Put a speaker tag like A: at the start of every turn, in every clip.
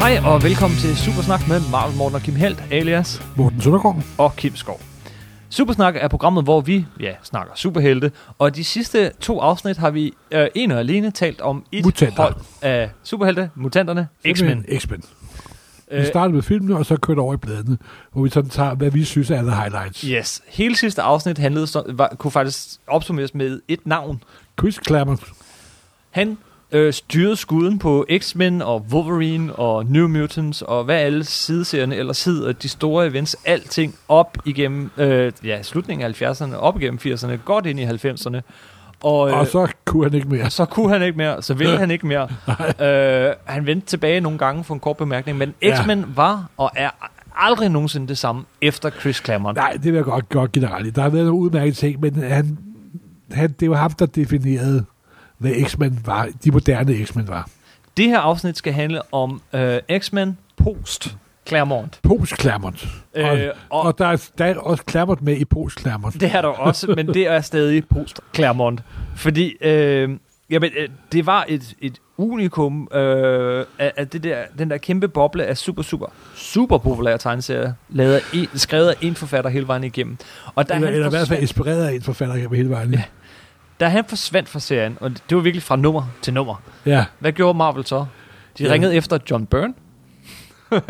A: Hej og velkommen til Supersnak med Marvel Morten og Kim Helt, alias
B: Morten Søndergaard.
A: og Kim Skov. Supersnak er programmet, hvor vi ja, snakker superhelte, og de sidste to afsnit har vi øh, en og alene talt om et
B: Mutanter.
A: hold af superhelte, mutanterne, X-Men.
B: Filmen X-Men. Vi
A: Øh,
B: startede med filmene, og så kørte over i bladene, hvor vi sådan tager, hvad vi synes er alle highlights.
A: yes, hele sidste afsnit handlede, så, var, kunne faktisk opsummeres med et navn.
B: Chris Claremont.
A: Han øh, styrede skuden på X-Men og Wolverine og New Mutants og hvad alle sideserierne ellers hedder, de store events, alting op igennem øh, ja, slutningen af 70'erne, op igennem 80'erne, godt ind i 90'erne. Og, øh,
B: Og så kunne han ikke mere.
A: så kunne han ikke mere, så ville han ikke mere. øh, han vendte tilbage nogle gange for en kort bemærkning, men
B: Ja.
A: X-Men var og er aldrig nogensinde det samme efter Chris Claremont.
B: Nej, det vil jeg godt godt generelt. Der har været nogle udmærkede ting, men han, han, det var ham, der definerede, hvad X-Men var, de moderne X-Men var.
A: Det her afsnit skal handle om øh, X-Men post Claremont.
B: Post Claremont. Øh, og, og, og der, er, der er også Claremont med i Post Claremont.
A: Det er der også, men det er stadig post Claremont. Fordi øh, jamen, øh, det var et, et unikum øh, af, af det der, den der kæmpe boble af super, super, super populære tegneserier, lavet af en, skrevet af en forfatter hele vejen igennem. Og da
B: Eller,
A: han
B: eller i hvert fald
A: forsvandt,
B: inspireret af en forfatter gennem hele vejen.
A: Ja. da han forsvandt fra serien, og det var virkelig fra nummer til nummer,
B: ja.
A: hvad gjorde Marvel så? De
B: Ja.
A: ringede efter John Byrne,
B: Nå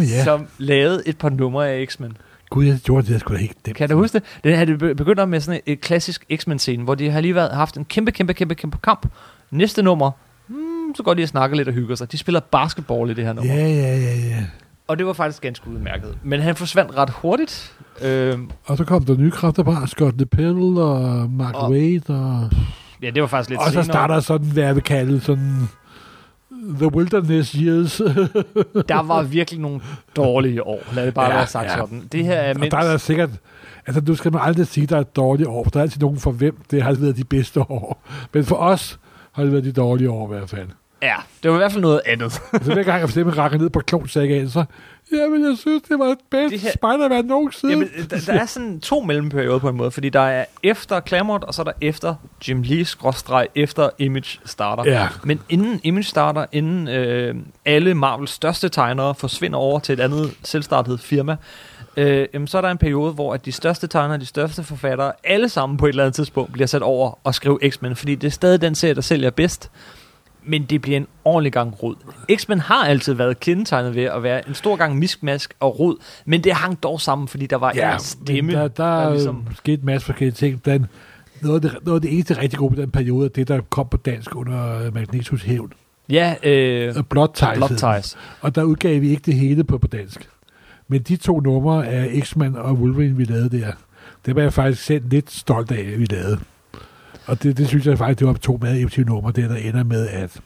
B: ja.
A: yeah.
B: Så...
A: som lavede et par numre af X-Men.
B: Gud, jeg gjorde det, jeg skulle da ikke dem.
A: Kan du huske det? Den her det be- begynder med sådan et klassisk X-Men-scene, hvor de har lige været, haft en kæmpe, kæmpe, kæmpe, kæmpe kamp. Næste nummer, mm, så går de og snakker lidt og hygger sig. De spiller basketball i det her nummer. Yeah.
B: Ja, ja, ja, ja.
A: Og det var faktisk ganske udmærket. Men han forsvandt ret hurtigt. Øhm,
B: Og så kom der nye kræfter bare, Scott LePell og Mark
A: Og-
B: og, Wade, og,
A: ja, det var faktisk lidt
B: og så
A: senere.
B: starter sådan, hvad jeg vil kalde sådan The Wilderness Years.
A: Der var virkelig nogle dårlige år. Lad det bare ja,
B: Ja,
A: være sagt ja.
B: ja.
A: sådan. Det her er
B: og
A: mindst...
B: der er der sikkert, altså du skal man aldrig sige, der er et dårligt år, for der er altid nogen for hvem, det har været de bedste år. Men for os har det været de dårlige år i hvert fald.
A: Ja, det var i hvert fald noget andet.
B: Altså hver gang jeg forstemme rakker ned på klonsækken, så, jamen jeg synes, det var det bedste
A: Det
B: det
A: her-
B: her... Spider-Man nogensinde.
A: Jamen, der, der er sådan to mellemperioder på en måde, fordi der er efter Claremont, og så er der efter Jim Lee, skråstreg, efter Image starter.
B: Ja.
A: Men inden Image starter, inden øh, alle Marvels største tegnere forsvinder over til et andet selvstartet firma, øh, jamen, så er der en periode, hvor at de største tegnere, de største forfattere, alle sammen på et eller andet tidspunkt bliver sat over og skrive X-Men, fordi det er stadig den serie, der sælger bedst. Men det bliver en ordentlig gang rod. X-Men har altid været kendetegnet ved at være en stor gang miskmask og rod, men det hang dog sammen, fordi der var ja, en stemme.
B: men altså, Der, der,
A: der
B: der
A: ligesom-
B: ligesom... skete en masse forskellige ting. Den, noget, af det, noget af det eneste rigtig gode på den periode, er det, der kom på dansk under øh, Magnetos hævn.
A: Ja, øh,
B: Og Blood Ties.
A: Blood
B: hed den.
A: Ties.
B: Og der udgav vi ikke det hele på, på dansk. Men de to numre af X-Men og Wolverine, vi lavede der, det var jeg faktisk selv lidt stolt af, at vi lavede. Og det, det synes jeg faktisk, det var to meget effektive numre, det der ender med at...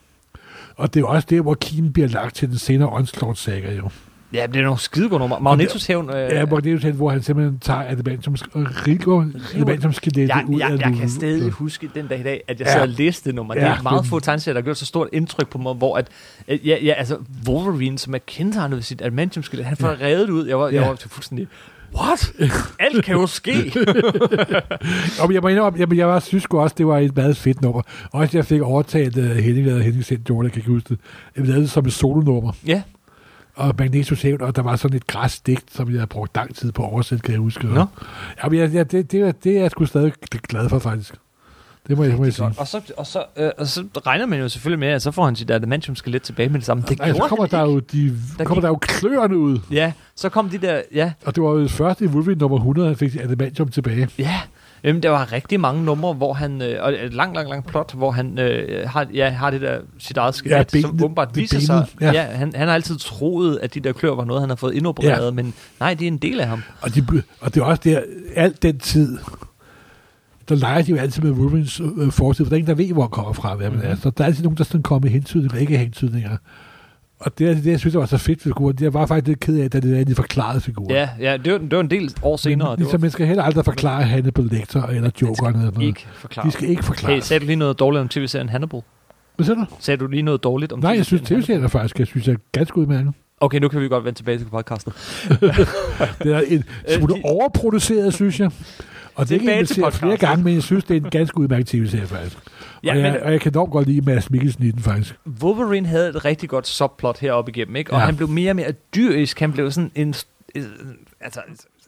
B: Og det er jo også der, hvor kimen bliver lagt til den senere Onslaught-saga jo.
A: Ja, det er nogle skidegode numre. Magnetos hævn... Øh,
B: Ja, hvor det er jo sådan, hvor han simpelthen tager adamantium, river adamantium skelettet
A: jeg,
B: ud
A: jeg,
B: af
A: jeg
B: luden.
A: kan stadig huske den dag i dag, at jeg
B: Ja.
A: ja. sad og læste det nummer. Ja, det
B: Ja,
A: er meget
B: det-
A: få tegneserier, der har gjort så stort indtryk på mig, hvor at, øh, ja, ja, altså Wolverine, som er kendetegnet ved sit adamantium skelet, han får ja. reddet ud. Jeg var, jeg
B: Ja.
A: var fuldstændig, what? Alt kan jo ske.
B: Og jeg må indrømme, jeg, jeg var, synes sgu også, det var et meget fedt nummer. Også jeg fik overtalt uh, Henning, der Henning sendt Jordan, jeg kan ikke huske det. Jeg lavede det som et solonummer,
A: ja,
B: og Magnetos hævn, og der var sådan et græsdigt, som jeg havde brugt lang tid på at oversætte, kan jeg huske.
A: Nå.
B: Ja, men jeg, jeg, det, det, er- det er jeg sgu stadig glad for, faktisk. Det må jeg, må jeg sige.
A: godt. Og så, og, så, øh, og så regner man jo selvfølgelig med, at så får han sit adamantium skelet tilbage med det samme. Det
B: Nej,
A: gjorde
B: så kommer
A: han
B: der, jo de,
A: Der
B: der kommer
A: gik-
B: der jo kløerne ud,
A: ikke. Ja, så kom de der, ja,
B: og det var jo først i Wolverine nummer 100, han fik adamantium tilbage.
A: Ja, Jamen, der var rigtig mange numre, hvor han, øh, og et lang, lang, lang plot, hvor han øh, har, ja, har det der sit eget skelet, ja,
B: Ja,
A: ben, som
B: benene-
A: åbenbart
B: det
A: viser sig.
B: benet,
A: Ja.
B: ja.
A: Ja, han, han har altid troet, at de der klør var noget, han har fået indopereret, ja.
B: Ja.
A: men nej, det er en del af ham.
B: Og, de, be- og det er også der, alt den tid, der leger de jo altid med Wolverines øh, fortid, for der er ingen, der ved, hvor han kommer fra,
A: Mhm.
B: hvad man er. Så der er altid nogen, der sådan kommer med hentydninger, ikke hentydninger. Og det, er det, jeg synes, der var så fedt figuren, det jeg var faktisk lidt ked af, da det er de forklarede figurer.
A: Ja, ja det, var, det var en del år senere. Det
B: Ligesom
A: var
B: man skal heller aldrig forklare Hannibal Lecter eller Joker eller noget.
A: ikke forklaret.
B: De skal ikke
A: Hey,
B: forklares.
A: sagde du lige noget dårligt om tv-serien Hannibal?
B: Hvad siger du?
A: Sagde du lige noget dårligt om
B: Nej, jeg synes,
A: tv-serien
B: tv-serien er faktisk, jeg synes, jeg er ganske udmærket.
A: Okay, nu kan vi godt vende tilbage til podcasten.
B: Det er en smule
A: Øh, de-
B: overproduceret, synes jeg. Og det kan
A: Tilbage
B: jeg
A: til
B: se flere
A: podcasten.
B: gange, men jeg synes, det er en ganske udmærket tv-serie, faktisk. Ja,
A: Ja,
B: og, jeg,
A: men- øh,
B: og jeg kan nok godt lide Mads Mikkelsen i den, faktisk.
A: Wolverine havde et rigtig godt subplot heroppe igennem, ikke? Og
B: Ja.
A: ja. han blev mere og mere dyrisk. Han blev sådan en... øh, Altså,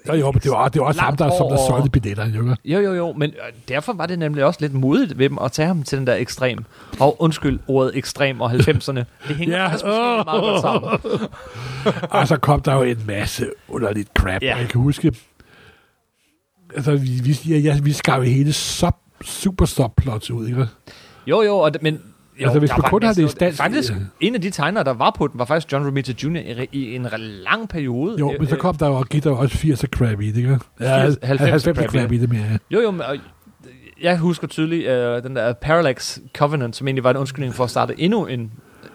B: Jo, jo, men det var, det var også ham,
A: Langt
B: der, som der
A: hår og-
B: solgte billetterne, jo. ikke?
A: jo, jo, jo, men øh, derfor var det nemlig også lidt modigt ved dem at tage ham til den der ekstrem. Og undskyld ordet ekstrem og 90'erne. Det hænger
B: Ja,
A: yeah. også måske meget godt sammen.
B: Og så kom der jo en masse underligt crap,
A: Ja.
B: og jeg kan huske, altså, vi, vi, ja, ja, vi skar jo hele sub, super subplots ud, ikke?
A: Jo, jo, og d- men... Jo,
B: Altså, hvis
A: der
B: man
A: var
B: kun
A: en
B: har det i
A: masse-
B: stand-
A: Faktisk,
B: Ja.
A: en af de tegnere, der var på den, var faktisk John Romita Jr. i, re- i en re- lang periode.
B: Jo,
A: Øh,
B: men så
A: øh,
B: kom der jo, og gik der jo også 80'er crap i det, ikke? Ja,
A: 80'er
B: 90'er crap,
A: crap
B: i det mere, ja.
A: Jo, jo, men, og, øh, jeg husker tydeligt øh, den der Parallax Covenant, som egentlig var en undskyldning for at starte endnu en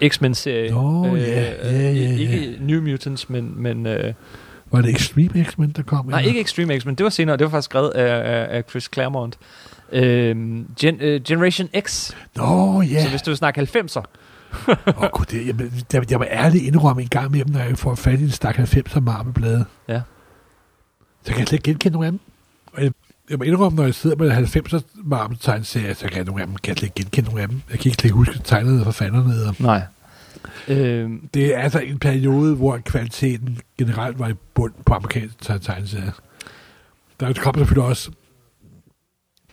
A: X-Men-serie. Øh,
B: Nå, ja, ja, ja,
A: i- Ikke New Mutants, men... men øh,
B: Var det Extreme X-Men, der kom?
A: nej,
B: eller?
A: ikke Extreme X-Men, det var senere, det var faktisk skrevet af, af, af Chris Claremont. Øhm, gen, øh, Generation X,
B: Nå, ja.
A: så hvis du vil snakke 90'er.
B: Åh, gud, det, jeg, jeg, jeg må ærligt indrømme en gang med dem, når jeg får fat i en stak 90'er marmeblade.
A: Ja.
B: Så kan jeg slet ikke genkende nogen af dem. Og jeg, jeg må indrømme, når jeg sidder med 90'er marmetegnserier, så kan jeg nogle af dem kan jeg slet ikke genkende nogen af dem. Jeg kan ikke slet ikke huske tegnede forfatterne. hedder.
A: Nej. Øhm,
B: Det er altså en periode, hvor kvaliteten generelt var i bund på amerikanske teg- tegneserier. Der kom selvfølgelig også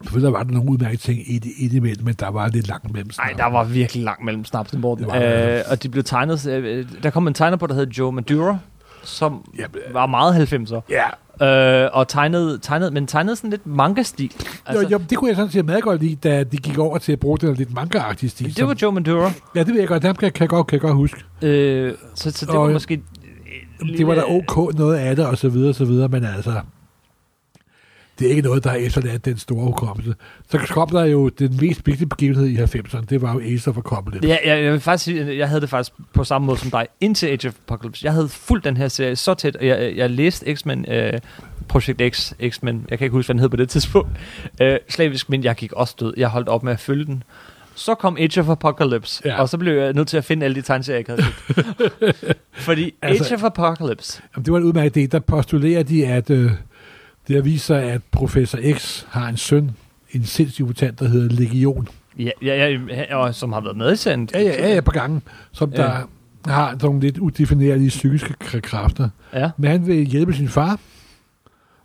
B: Selvfølgelig var der nogle udmærkede ting i det, i det imellem, men der var lidt langt mellem.
A: nej, der var virkelig langt mellem snapsen,
B: Det
A: Morten.
B: var der.
A: Øh, og de blev tegnet... Øh, der kom en tegner på, der hed Joe Madura, som
B: Jamen,
A: var meget 90'er.
B: Ja,
A: Øh, og tegnede, tegnede, men tegnede sådan lidt manga-stil.
B: Altså, jo, jo, det kunne jeg sådan set meget godt lide, da de gik over til at bruge den her lidt manga-agtige
A: Altså,
B: stil.
A: det
B: som-
A: var Joe Maduro.
B: ja, det ved jeg godt. Dem kan, kan, jeg godt, kan jeg godt huske.
A: Øh, så, så det
B: Og,
A: var
B: øh,
A: måske...
B: Det var da ok noget af det, og så videre, og så videre, men altså... Det er ikke noget, der har efterladt den store hukommelse. Så kom der jo den mest vigtige begivenhed i 90'erne, det var jo Acer for Comlin.
A: Ja, jeg, jeg vil faktisk sige, jeg havde det faktisk på samme måde som dig, indtil Age of Apocalypse. Jeg havde fulgt den her serie så tæt, og jeg, jeg læste X-Men, øh, Project X, X-Men, jeg kan ikke huske, hvad den hed på det tidspunkt, øh, slavisk, men jeg gik også død. Jeg holdt op med at følge den. Så kom Age of Apocalypse,
B: Ja.
A: ja. og så blev jeg nødt til at finde alle de tegneserier, jeg ikke havde set. Fordi
B: Altså-
A: altså, Age of Apocalypse,
B: Jamen, det var en udmærket idé. Der postulerer de, at øh, det har vist sig, at professor X har en søn, en sindssyg mutant, der hedder Legion.
A: Ja, ja, ja, og som har været med i serien.
B: Ja, ja, ja, ja på gangen, som
A: Ja.
B: der har nogle lidt udefinerlige psykiske kr- kræfter.
A: ja.
B: Men han vil hjælpe sin far,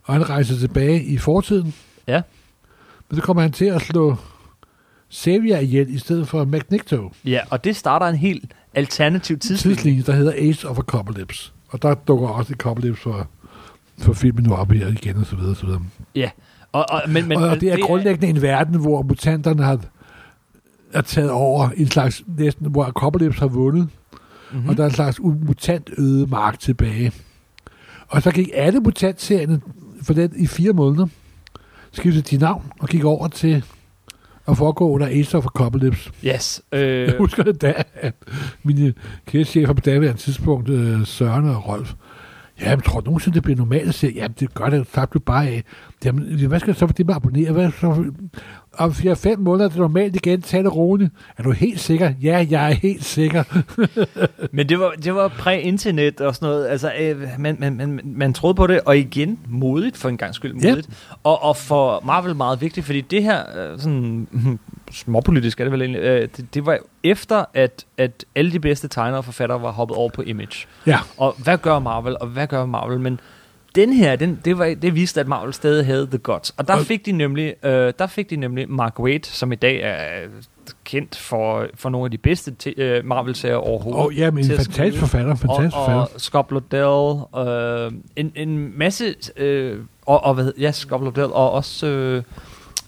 B: og han rejser tilbage i fortiden.
A: Ja.
B: Men så kommer han til at slå Xavier ihjel i stedet for Magneto.
A: Ja, og det starter en helt alternativ tidslinje.
B: Tidslinjen, der hedder Ace of Apocalypse. Og der dukker også Apocalypse for, for filmen nu op her igen, og så videre, og så videre.
A: Ja, og, og, men, men,
B: Men, og, og det er grundlæggende en verden, hvor mutanterne har, er taget over en slags, næsten, hvor Apocalypse har vundet,
A: Mhm.
B: Mm-hmm. og der er en slags u- mutant øde mark tilbage. Og så gik alle mutantserierne for den i fire måneder, skiftede de navn og gik over til at foregå under Ace of Apocalypse.
A: Yes. Øh,
B: Jeg husker det da, at mine kære chefer på daværende tidspunkt, øh, Søren og Rolf, Jamen, tror du nogensinde, det bliver normalt at se? Jamen, det gør det, slap du bare af. Jamen, hvad skal jeg så for det med at abonnere? Hvad så for... Om 4-5 måneder er det normalt igen, tag det roligt. Er du helt sikker? Ja, jeg er helt sikker.
A: men det var, det var præ-internet og sådan noget. Altså, øh, man, man, man, man troede på det, og igen modigt for en gang skyld.
B: Ja.
A: Modigt. Og, og for Marvel meget vigtigt, fordi det her, øh, sådan småpolitisk er det vel egentlig, øh, det, det var efter, at, at alle de bedste tegnere og forfattere var hoppet over på Image.
B: Ja,
A: Og hvad gør Marvel, og hvad gør Marvel? Men den her, den, det, var, det viste, at Marvel stadig havde The Gods. Og der
B: Og-
A: fik de nemlig, øh, der fik de nemlig Mark Waid, som i dag er kendt for, for nogle af de bedste te- øh, Marvel-serier overhovedet.
B: og ja, men
A: til
B: en
A: at
B: fantastisk
A: skrive.
B: forfatter, fantastisk
A: og,
B: forfatter.
A: og Scott Lobdell, øh, en, en masse, øh, og, og hvad hed, ja, Scott Lobdell, og også, øh,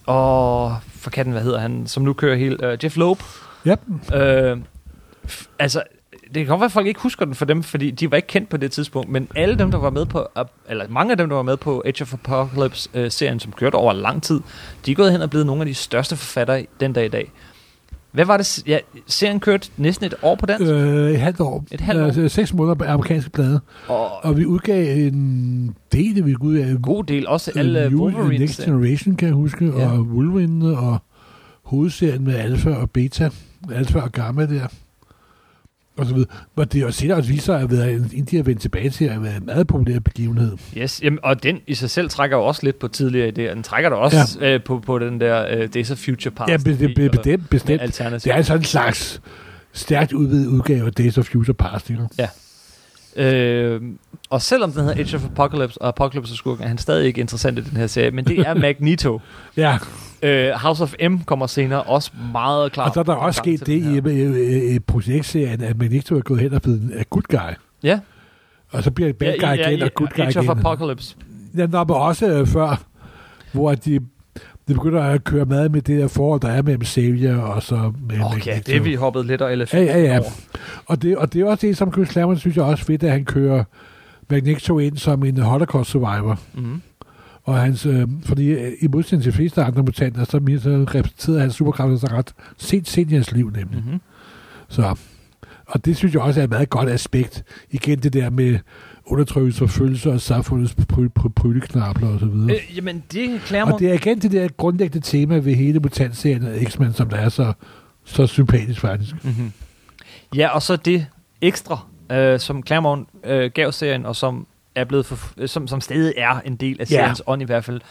A: og for katten, hvad hedder han, som nu kører helt, øh, Jeff Loeb.
B: Ja,
A: Øh, f- altså, det kan godt være, at folk ikke husker den for dem, fordi de var ikke kendt på det tidspunkt, men alle dem, der var med på, eller mange af dem, der var med på Age of Apocalypse-serien, som kørte over lang tid, de er gået hen og blevet nogle af de største forfattere den dag i dag. Hvad var det? s- Ja, serien kørte næsten et år på dansk, øh.
B: øh, et halvt år.
A: Et halvt år.
B: Altså, seks måneder på amerikanske plade.
A: og
B: Og vi udgav en del, vi udgav
A: en god del også
B: Øh,
A: alle
B: New and
A: Wolverines.
B: Next Generation, kan jeg huske, ja.
A: Ja.
B: og Wolverine, og hovedserien med Alpha og Beta, Alpha og Gamma der. og så videre. Men det er også senere også viser, at været en, inden de har vendt tilbage til, at være en meget populær begivenhed.
A: Yes, jamen, og den i sig selv trækker jo også lidt på tidligere idéer. Den trækker da også ja. øh, på, på den der øh, Days of Future Past.
B: Ja, be, be, be, bestemt, bestemt.
A: Alternativ.
B: Det er altså- sådan en slags stærkt udvidet udgave af Days of Future Past. Ikke?
A: Øh, og selvom den hedder Age of Apocalypse, og Apocalypse er skurken, er han stadig ikke interessant i den her serie, men det er Magneto.
B: Ja,
A: Øh, House of M kommer senere, også meget klart.
B: og så er der også
A: gang
B: sket
A: til
B: det
A: den
B: i,
A: her.
B: i, i, i projektserien, at man ikke er gået hen og blevet en good guy.
A: Ja,
B: Og så bliver det bad
A: ja,
B: guy ja,
A: ja,
B: igen
A: ja,
B: og good guy
A: Age
B: igen.
A: of Apocalypse.
B: Ja, der var også øh, før, hvor de, de begynder at køre meget med det der forhold, der er mellem Savior og så med
A: Åh oh,
B: Magneto.
A: ja, det er vi hoppet lidt og elefant
B: Ja, ja, ja.
A: over.
B: Og det, og det er også det, som Chris Claremont synes jeg også er fedt, at han kører Magneto ind som en holocaust survivor.
A: Mm-hmm.
B: Og hans, øh, fordi øh, i modsætning til de fleste andre mutanter, så, min- så repræsenterede hans superkræfter sig ret sent sent i hans liv nemlig. Mm.
A: Mm-hmm.
B: Så, og det synes jeg også er et meget godt aspekt. Igen det der med undertrykkelse og følelser og samfundets pry- pry- pryleknapler og så videre.
A: Øh, jamen, det
B: Og
A: Claremont...
B: det er igen det der grundlæggende tema ved hele mutantserien af X-Men, som der er så, så sympatisk faktisk.
A: Mm-hmm. Ja, og så det ekstra, øh, som Claremont øh, gav serien, og som er blevet for, øh, som, som stadig er en del af
B: Ja.
A: seriens ånd i hvert fald.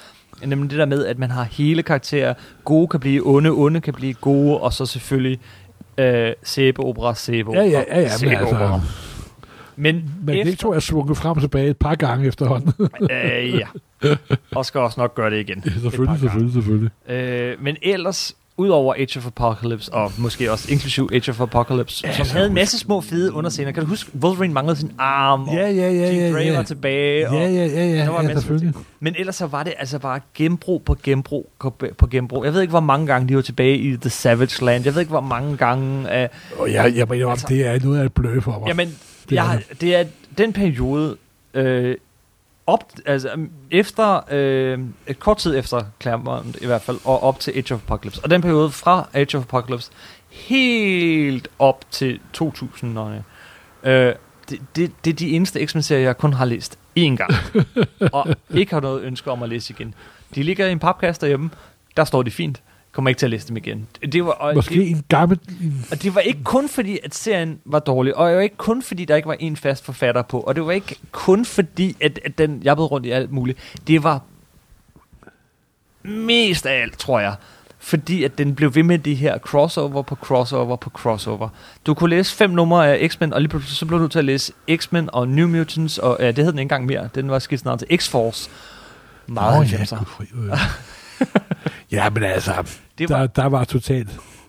A: Nemlig det der med, at man har hele karakterer. Gode kan blive onde, onde kan blive gode, og så selvfølgelig øh, sæbeopera, sæbeopera,
B: Ja, ja, ja, ja. Men,
A: sæbeopera.
B: altså,
A: Men,
B: men det tror jeg er svunget frem og tilbage et par gange efterhånden.
A: efter, øh, ja. Og skal også nok gøre det igen.
B: Ja,
A: Et par gange.
B: selvfølgelig, selvfølgelig, selvfølgelig.
A: Øh, men ellers, udover Age of Apocalypse, og måske også inklusiv Age of Apocalypse, ja, som havde en masse små fede underscener. Kan du huske, Wolverine manglede sin arm, og
B: Ja, ja, ja,
A: Jean
B: ja.
A: Grey
B: ja.
A: var tilbage. Og,
B: Ja, ja, ja, ja,
A: der var en
B: ja
A: masse
B: selvfølgelig.
A: Men ellers så var det altså bare genbrug på genbrug på genbrug. Jeg ved ikke, hvor mange gange de var tilbage i The Savage Land. Jeg ved ikke, hvor mange gange... Uh,
B: Og jeg, jeg
A: Altså-
B: mener, altså, det er noget af et blø for mig.
A: jamen,
B: det
A: jeg,
B: er
A: har- det er den periode... Øh, op, altså, um, efter, øh, et kort tid efter Claremont i hvert fald, og op til Age of Apocalypse. Og den periode fra Age of Apocalypse helt op til 2000'erne. Øh, det, det, det er de eneste X-Men-serier, jeg kun har læst én gang. og ikke har noget ønske om at læse igen. De ligger i en papkasse derhjemme. Der står de fint. Kommer ikke til at læse dem igen. Det var, og
B: Måske
A: Det,
B: en gammel... en-
A: og det var ikke kun fordi, at serien var dårlig, og det var ikke kun fordi, der ikke var en fast forfatter på, og det var ikke kun fordi, at, at den jappede rundt i alt muligt. Det var mest af alt, tror jeg, fordi at den blev ved med de her crossover på crossover på crossover. Du kunne læse fem numre af X-Men, og lige pludselig så blev du nødt til at læse X-Men og New Mutants, og ja, det hed den ikke engang mere. Den var skiftet navn til X-Force. Meget
B: Nå,
A: oh,
B: ja, gud, fri, øh. ja, men altså,
A: Det var
B: der, der var totalt...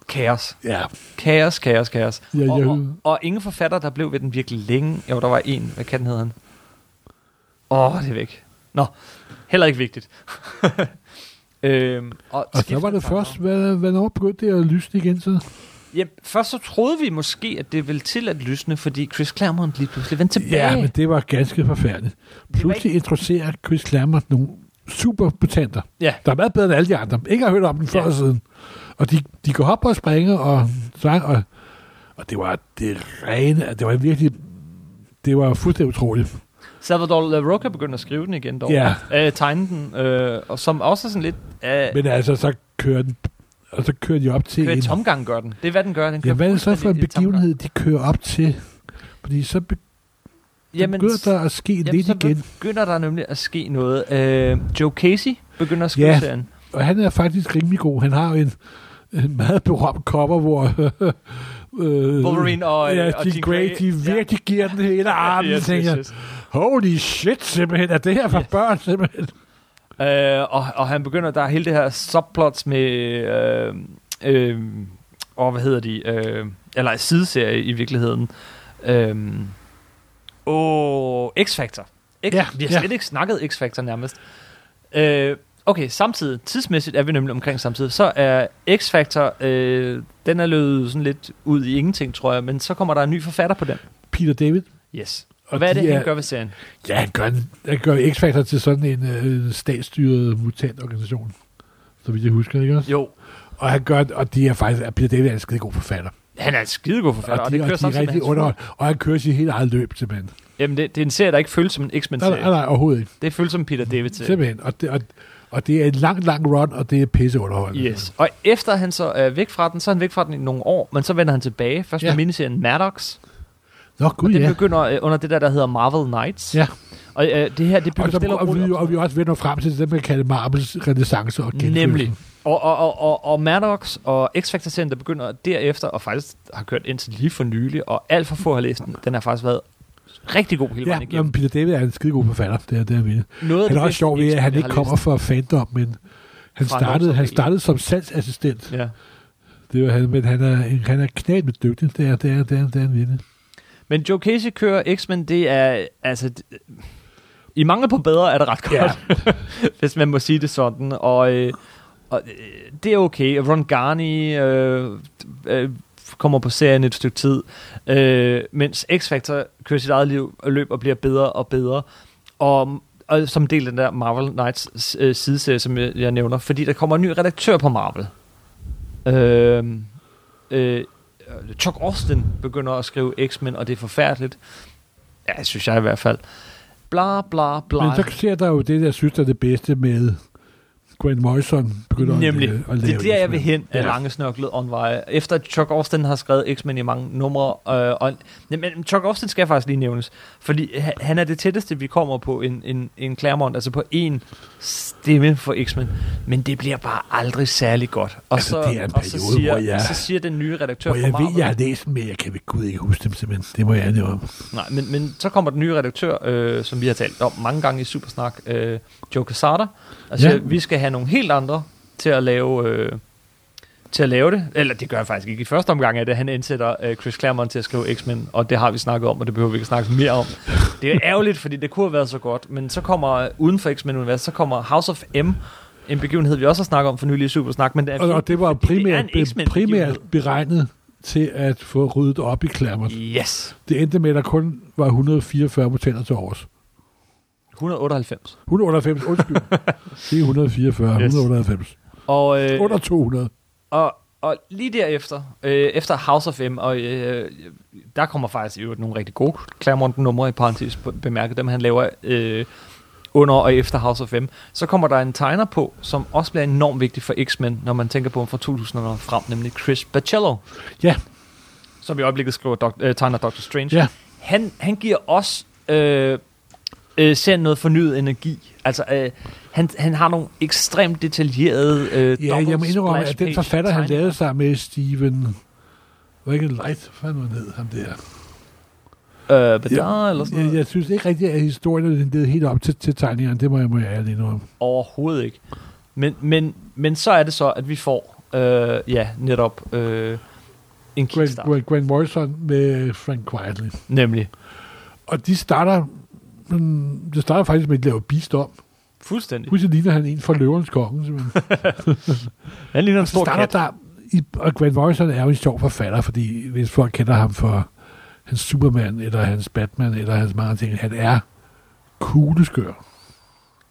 A: kaos.
B: Ja,
A: Kaos, kaos, kaos.
B: Ja,
A: og,
B: jeg-
A: og, og ingen forfatter, der blev ved den virkelig længe. Jo, der var en. Hvad kan den hedde han? Åh, oh, det er væk. Nå, heller ikke vigtigt. øhm, og
B: og så
A: skiftende
B: var det
A: farver.
B: først, hvad, hvornår begyndte det at lysne igen så?
A: Ja, først så troede vi måske, at det ville til at lysne, fordi Chris Claremont lige pludselig vendte tilbage.
B: Ja, men det var ganske forfærdeligt. Pludselig introducerer Chris Claremont nogle super butanter,
A: ja.
B: der er meget bedre end alle de andre. Ikke har hørt om dem før
A: Ja.
B: og siden. Og de, de går op og springer og sang, og, og det var det rene, det var virkelig, det var fuldstændig utroligt.
A: Salvador LaRocca begyndte at skrive den igen dog.
B: Ja.
A: Øh, tegne den, øh, og som også er sådan lidt... Øh,
B: Men altså, så kører den, og så kører de op til
A: kører
B: en...
A: tomgang gør den. Det er, hvad den gør. Den
B: Ja,
A: kører
B: hvad er det så for en
A: fuldstændig i tomgang.
B: begivenhed, de kører op til? Fordi så be, Jamen, begynder der at ske lidt
A: så
B: igen.
A: begynder der nemlig at ske noget. Øh, Joe Casey begynder at skrive
B: Ja.
A: serien.
B: Og han er faktisk rimelig god. Han har jo en, en meget berømt cover, hvor... øh,
A: Wolverine og, øh,
B: ja,
A: og
B: Jean
A: Jean
B: Grey,
A: Grey,
B: de
A: ja.
B: virkelig giver den hele armen, yes, tænker yes, Holy shit, simpelthen. Er det her for
A: Yes.
B: yes. børn, simpelthen?
A: Øh, og, og han begynder, der er hele det her subplots med, øh, øh, og hvad hedder de, øh, eller sideserie i virkeligheden. Øh, åh, X-Factor. X, ja,
B: Ja,
A: vi har
B: ja.
A: slet ikke snakket X-Factor nærmest. Øh, okay, samtidig, tidsmæssigt er vi nemlig omkring samtidig, så er X-Factor, øh, den er løbet sådan lidt ud i ingenting, tror jeg, men så kommer der en ny forfatter på den.
B: Peter David.
A: Yes. Og
B: Og
A: hvad er det,
B: de
A: han
B: er-
A: gør ved serien?
B: Ja, han gør, en- han gør X-Factor til sådan en, øh, en statsstyret mutantorganisation. Så vidt jeg husker, ikke også?
A: Jo,
B: Og han gør, og de er faktisk, at Peter David er en skide god forfatter.
A: han er en skidegod forfatter, og,
B: og,
A: og
B: de,
A: det kører
B: og de er
A: samtidig med
B: rigtig
A: hans humor.
B: underholdt. Og han kører sit helt eget løb, simpelthen.
A: Jamen, det, det er en serie, der ikke føles som en
B: Nej, nej,
A: X-Men-serie.
B: nej, overhovedet ikke.
A: Det føles som Peter David serie.
B: Simpelthen. Og det, og, og det er en lang, lang run, og det er pisseunderholdende.
A: Yes. Og efter han så er væk fra den, så er han væk fra den i nogle år, men så vender han tilbage. Først med
B: Ja.
A: miniserien Maddox,
B: Nå, gud
A: og den
B: ja.
A: begynder øh, under det der, der hedder Marvel Knights.
B: Ja.
A: Og øh, det her, det
B: Og,
A: bygger
B: så,
A: stille og
B: og,
A: roligt
B: vi,
A: op.
B: og vi også vender frem til det, man kalder Marbles renaissance og genfødsel.
A: Nemlig. Og, og, og, og, og Maddox og x factor Center begynder derefter, og faktisk har kørt indtil lige for nylig, og alt for få har læst den. Den har faktisk været rigtig god hele
B: Ja,
A: vejen igennem.
B: men Peter David er en skidegod forfatter, det er det, jeg mener.
A: Noget af
B: Han
A: det
B: er også
A: bedste
B: sjov ved,
A: X-Men,
B: at han
A: jeg
B: ikke
A: har
B: kommer fra fandom, men han
A: Fra en
B: startede, han
A: ungdomsafdeling.
B: startede som salgsassistent.
A: læst. Ja.
B: Det var han, men han er, en- han er knæt med dygtig. Det er, det er, det er, det er en vinde.
A: Men Joe Casey kører X-Men, det er, altså... d- I mangel på bedre er det ret godt,
B: Ja.
A: hvis man må sige det sådan. Og, øh, og øh, det er okay. Ron Garni øh, øh, kommer på serien et stykke tid, øh, mens X-Factor kører sit eget liv, løb og bliver bedre og bedre. Og, og som del af den der Marvel Knights øh, sideserie, som jeg, jeg nævner, fordi der kommer en ny redaktør på Marvel. Øh, øh, Chuck Austin begynder at skrive X-Men, og det er forfærdeligt. Ja, synes jeg i hvert fald. Bla, bla, bla.
B: Men så sker der jo det, jeg synes der er det bedste med Grant Morrison begynder
A: Nemlig.
B: at, at lave
A: Det er der, jeg vil hen af
B: Ja.
A: ja. lange snørklede åndveje. Efter at Chuck Austin har skrevet X-Men i mange numre. Øh, og, Nej, men Chuck Austin skal faktisk lige nævnes, fordi han- han er det tætteste, vi kommer på en, en, en Claremont, altså på en stemme for X-Men. Men det bliver bare aldrig særlig godt. Og,
B: Altså,
A: så,
B: det er en
A: og så,
B: periode,
A: siger,
B: hvor jeg-
A: så siger den nye redaktør
B: Og
A: fra
B: jeg
A: Marvel...
B: ved, jeg har læst dem, men jeg kan ved Gud ikke huske dem simpelthen. Det må jeg ærlig om.
A: Nej, men, men så kommer den nye redaktør, øh, som vi har talt om mange gange i Supersnak, øh, Joe Quesada, og siger,
B: Ja.
A: ja. vi skal have nogle helt andre til at lave... Øh, til at lave det. Eller det gør han faktisk ikke i første omgang af det. Han indsætter øh, Chris Claremont til at skrive X-Men, og det har vi snakket om, og det behøver vi ikke snakke mere om. Det er ærgerligt, fordi det kunne have været så godt, men så kommer øh, uden for X-Men-universet, så kommer House of M, en begivenhed, vi også har snakket om for nylig i Supersnak, men det er
B: Og, og
A: fint,
B: det var
A: fordi det er
B: primært,
A: en
B: det
A: X-Men
B: primært
A: begivenhed.
B: beregnet til at få ryddet op i Claremont.
A: Yes!
B: Det endte med, at der kun var 144 moteller til års.
A: 198.
B: 198, undskyld. det er 144,
A: Yes.
B: 198.
A: Og, øh,
B: Under 200.
A: Og, og lige derefter, øh, efter House of M, og øh, der kommer faktisk i øvrigt nogle rigtig gode Claremont-numre i parentes be- bemærket, dem han laver øh, under og efter House of M, så kommer der en tegner på, som også bliver enormt vigtig for X-Men, når man tænker på ham fra 2000'erne og frem, nemlig Chris Baccello,
B: Ja,
A: som i øjeblikket skriver dok- øh, tegner Doctor Strange.
B: ja.
A: Han, han giver også øh, øh, serien noget fornyet energi. Altså, øh, han, han har nogle ekstremt detaljerede øh,
B: ja jeg må
A: double
B: indrømme,
A: splash
B: at den
A: page
B: forfatter, han
A: tegninger.
B: lavede sig med Steven... Var ikke Light? Hvad fanden var han hed, ham der?
A: Øh, Bedard eller sådan
B: Jeg,
A: noget?
B: jeg synes ikke rigtigt, at historien er led helt op til, til tegningerne. Det må jeg, må jeg ærligt indrømme.
A: Overhovedet ikke. Men, men, men så er det så, at vi får, øh, ja, netop øh, en
B: Grant,
A: kickstart,
B: Grant, Grant Morrison med Frank Quietly.
A: nemlig.
B: Og de starter... Mm, det starter faktisk med at lave Beast om.
A: Fuldstændig.
B: Pludselig ligner han en fra Løvens Kongen, simpelthen.
A: Han ligner en
B: Så
A: stor
B: starter
A: kat.
B: der, i, og Grant Morrison er jo en sjov forfatter, fordi hvis folk kender ham for hans Superman, eller hans Batman, eller hans mange ting, han er kugleskør.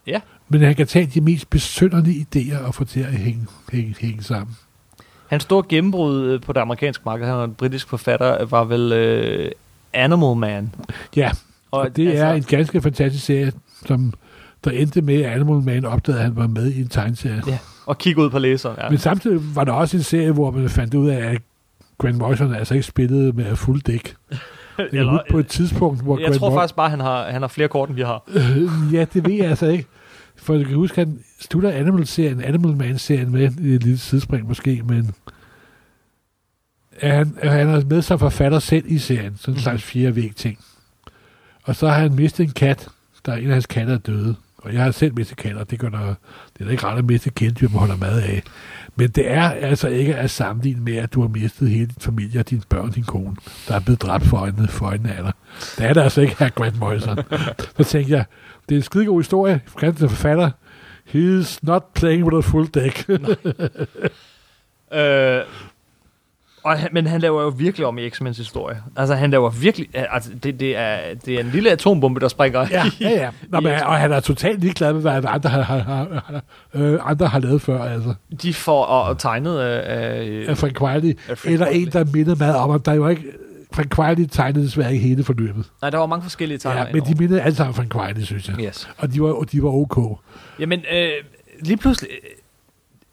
A: Ja.
B: Men han kan tage de mest besynderlige idéer og få til at hænge, hænge, hænge sammen.
A: Hans store gennembrud øh, på det amerikanske marked, han var en britisk forfatter, var vel øh, Animal Man.
B: Ja, og, og det altså, er en ganske fantastisk serie, som der endte med, at Animal Man opdagede, at han var med i en tegneserie.
A: Ja, og kigge ud på læseren. Ja.
B: Men samtidig var der også en serie, hvor man fandt ud af, at Grant Morrison altså ikke spillede med fuld dæk. Det
A: Eller, øh,
B: Eller, på et tidspunkt, hvor
A: jeg
B: Grant
A: tror
B: Morrison...
A: faktisk bare, han har, han har flere kort, end vi har.
B: Øh, ja, det ved jeg altså ikke. For du kan huske, han slutter Animal-serien, Animal Man-serien med i et lille sidespring måske, men at han, at han har med sig forfatter selv i serien, sådan en slags fjerdevæg ting. Og så har han mistet en kat, der er en af hans katter er døde. Og jeg har selv mistet katter, det, gør der, det er da ikke rart at miste kæledyr, man holder mad af. Men det er altså ikke at sammenligne med, at du har mistet hele din familie og dine børn, din kone, der er blevet dræbt for øjnene, for øjnene af dig. Det er der altså ikke her, Grant Morrison. så tænkte jeg, det er en skidegod historie. Grant er forfatter. He's not playing with a full deck.
A: Øh, og han, men han laver jo virkelig om i X-Mens historie. Altså, han laver virkelig... Altså, det, det, er, det er en lille atombombe, der springer.
B: ja, ja, ja. Nå, men, og han er totalt ligeglad med, hvad andre har, har, har, har, øh, andre har lavet før, altså.
A: De får og, og tegnet af... Øh,
B: Af
A: øh,
B: Frank Wiley.
A: af Frank
B: Eller en,
A: Wiley.
B: der mindede meget om, at der jo ikke... Frank Wiley tegnede desværre ikke hele forløbet.
A: Nej, der var mange forskellige tegner.
B: Ja, men de mindede alle sammen om Frank Wiley, synes jeg.
A: Yes.
B: Og de var, og de var ok.
A: Jamen, øh, lige pludselig...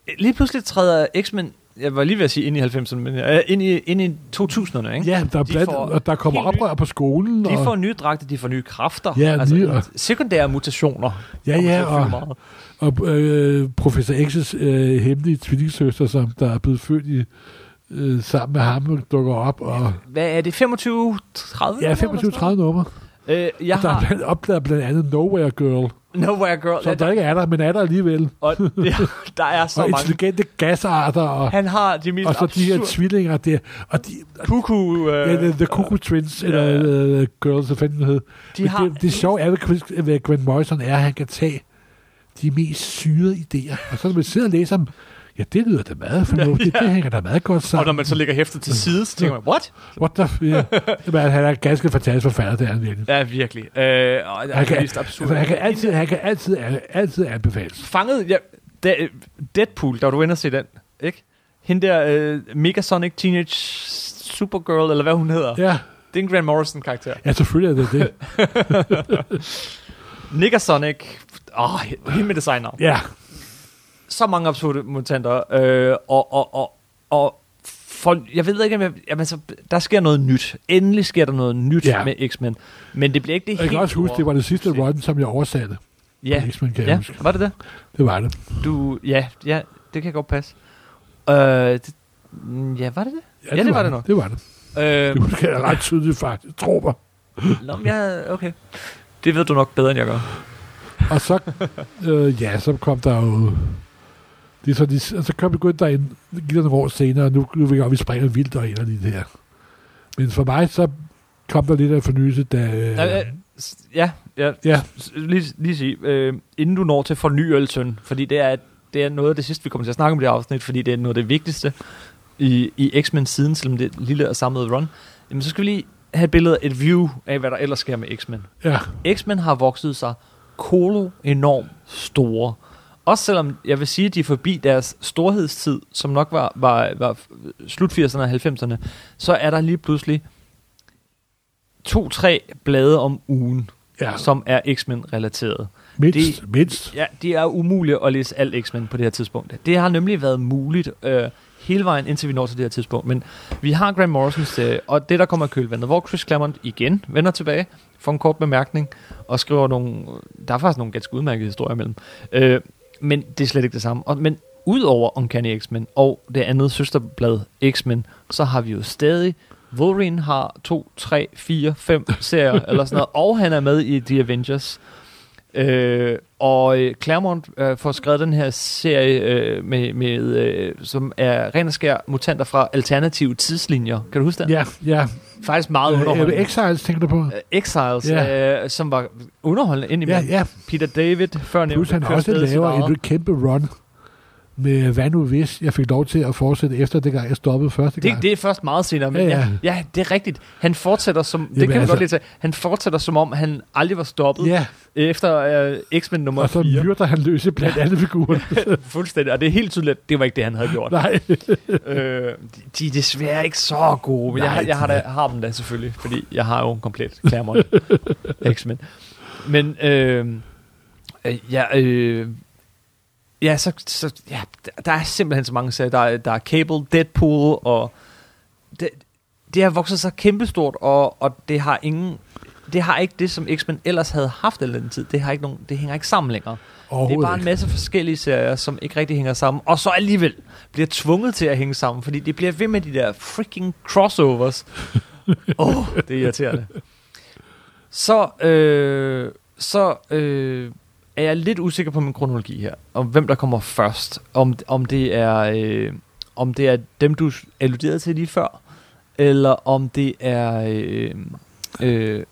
A: øh, Lige pludselig træder X-Men jeg var lige ved at sige ind i 90'erne, men øh, ind, i, ind i 2000'erne, ikke?
B: Ja, der, er
A: De
B: blandt,
A: får
B: og der kommer
A: helt nye-
B: oprør på skolen.
A: De
B: og,
A: får nye dragter, de får nye kræfter.
B: Ja, nye-
A: altså, sekundære mutationer.
B: ja,
A: kommer til
B: ja,
A: at fylde
B: og,
A: meget.
B: og øh, professor X's øh, hemmelige tvillingsøster, som der er blevet født i, øh, sammen med ham, dukker op. Og,
A: Hvad er det? 25, 30?
B: ja, 25-30 numre.
A: Øh, jeg
B: Der er
A: har
B: blandt, opdaget blandt andet Nowhere Girl,
A: Nowhere Girl.
B: som
A: Ja,
B: der ikke er der, men er der alligevel.
A: og, ja, der er så
B: og
A: mange.
B: intelligente gasarter, og,
A: Han har de mest
B: og så de her
A: absurde
B: tvillinger der. Og de,
A: kuku... Øh,
B: ja, the, the Cuckoo Twins,
A: ja.
B: eller uh, Girls, hvad fanden den hed.
A: de
B: Men
A: har,
B: det, det sjove er ved, Chris- ved Grant Morrison er, at han kan tage de mest syrede idéer. Og så når man sidder og læser dem, ja, det lyder da meget fornuftigt.
A: Ja,
B: Ja,
A: ja.
B: Det hænger da meget godt
A: og når
B: sammen.
A: man så lægger hæftet til side, så tænker man, what?
B: What the f- ja. Jamen, han er en ganske fantastisk forfatter, det er han virkelig.
A: Ja, virkelig. Øh, og det er
B: Han kan,
A: okay. mest absurd.
B: altså, han kan altid, han kan altid, altid anbefales.
A: Fanget... Ja, da, Deadpool, der var du inde og se den, ikke? Hende der øh, Megasonic Teenage Supergirl, eller hvad hun hedder. Ja.
B: Ja,
A: Det er en Grant Morrison-karakter.
B: ja selvfølgelig er det det.
A: Negasonic. Åh, oh, hende med designer.
B: Ja,
A: Så mange absurde mutanter. Øh, og, og, og, og for, jeg ved ikke, om jeg, jamen, så, der sker noget nyt. Endelig sker der noget nyt ja.
B: Ja.
A: med X-Men. Men det bliver ikke det
B: og jeg kan også huske, det var det sidste run, som jeg oversatte.
A: Ja,
B: på X-Men, kan jeg
A: ja.
B: huske.
A: var det det?
B: Det var det.
A: Du, ja, ja, det kan godt passe. Øh, det, mm, ja, var det det? Ja, det var det nok.
B: Det var det.
A: Øh,
B: Det husker jeg ret tydeligt, faktisk. Tror mig.
A: nå, men jeg, okay. Det ved du nok bedre, end jeg gør.
B: Og så, øh, ja, så kom der jo... Det er så, de, og så kom det der ind, gik der nogle år senere, og nu, nu vil jeg godt, vi springer vildt og ender lige det her. Men for mig, så kom der lidt af fornyelse, da...
A: Ja,
B: Øh,
A: ja, ja.
B: Ja.
A: S- Lige, lige sige, øh, inden du når til fornyelsen, fordi det er, det er noget af det sidste, vi kommer til at snakke om i det her afsnit, fordi det er noget af det vigtigste i, i X-Men siden, selvom det er et lille og samlet run. Jamen, så skal vi lige have et billede, et view af, hvad der ellers sker med X-Men.
B: ja,
A: X-Men har vokset sig kolo enormt store. Også selvom jeg vil sige, at de er forbi deres storhedstid, som nok var, var, var slut 80'erne og 90'erne, så er der lige pludselig to-tre blade om ugen,
B: ja,
A: som er X-Men-relateret.
B: mindst, det, mindst.
A: Ja, det er umuligt at læse alt X-Men på det her tidspunkt. Det har nemlig været muligt øh, hele vejen, indtil vi når til det her tidspunkt. Men vi har Grant Morrisons serie, og det, der kommer af kølvandet, hvor Chris Claremont igen vender tilbage, får en kort bemærkning, og skriver nogle... Der er faktisk nogle ganske udmærkede historier imellem. Øh, men det er slet ikke det samme. Og, men udover Uncanny X-Men og det andet søsterblad X-Men, så har vi jo stadig... Wolverine har 2, 3, 4, 5 serier, eller sådan noget, og han er med i The Avengers. Øh, og øh, Claremont øh, får skrevet den her serie, øh, med, med, øh, som er ren og skær mutanter fra alternative tidslinjer. Kan du huske den?
B: Ja, ja.
A: Faktisk meget
B: Øh,
A: underholdende.
B: øh, Exiles tænker du på?
A: Øh, Exiles,
B: Ja.
A: øh, som var underholdende ind i
B: Ja, ja.
A: Peter David, før
B: Plus
A: nævnt.
B: han også laver et kæmpe run med Hvad nu hvis jeg fik lov til at fortsætte efter det gang, jeg stoppede første
A: det,
B: gang.
A: det er først meget senere, men ja,
B: Ja,
A: ja.
B: ja.
A: ja, det er rigtigt. Han fortsætter som, det
B: Jamen,
A: kan vi
B: altså-
A: godt lide til, han fortsætter som om, han aldrig var stoppet
B: ja,
A: efter øh, X-Men nummer
B: og så
A: 4.
B: myrder han løse blandt alle figurer.
A: Fuldstændig, og det er helt tydeligt, at det var ikke det, han havde gjort.
B: Nej.
A: Øh, de, de er desværre ikke så gode, men
B: Nej,
A: jeg, jeg har, da, har dem da selvfølgelig, fordi jeg har jo en komplet Claremont X-Men. Men øh, øh, ja, øh, ja, så, så ja, der- der er simpelthen så mange serier. Der, er- der er Cable, Deadpool, og det, det har vokset sig kæmpestort, og, og det har ingen... Det har ikke det, som X-Men ellers havde haft al den tid. Det, har ikke nogen, det hænger ikke sammen længere. Det er
B: Overhovedet
A: bare en
B: ikke.
A: masse forskellige serier, som ikke rigtig hænger sammen, og så alligevel bliver tvunget til at hænge sammen, fordi det bliver ved med de der freaking crossovers. Åh, oh, det er irriterende. Så, øh, så øh, er jeg lidt usikker på min kronologi her, om hvem der kommer først, om, om det er... Øh, om det er dem, du alluderede til lige før, eller om det er... Øh, øh,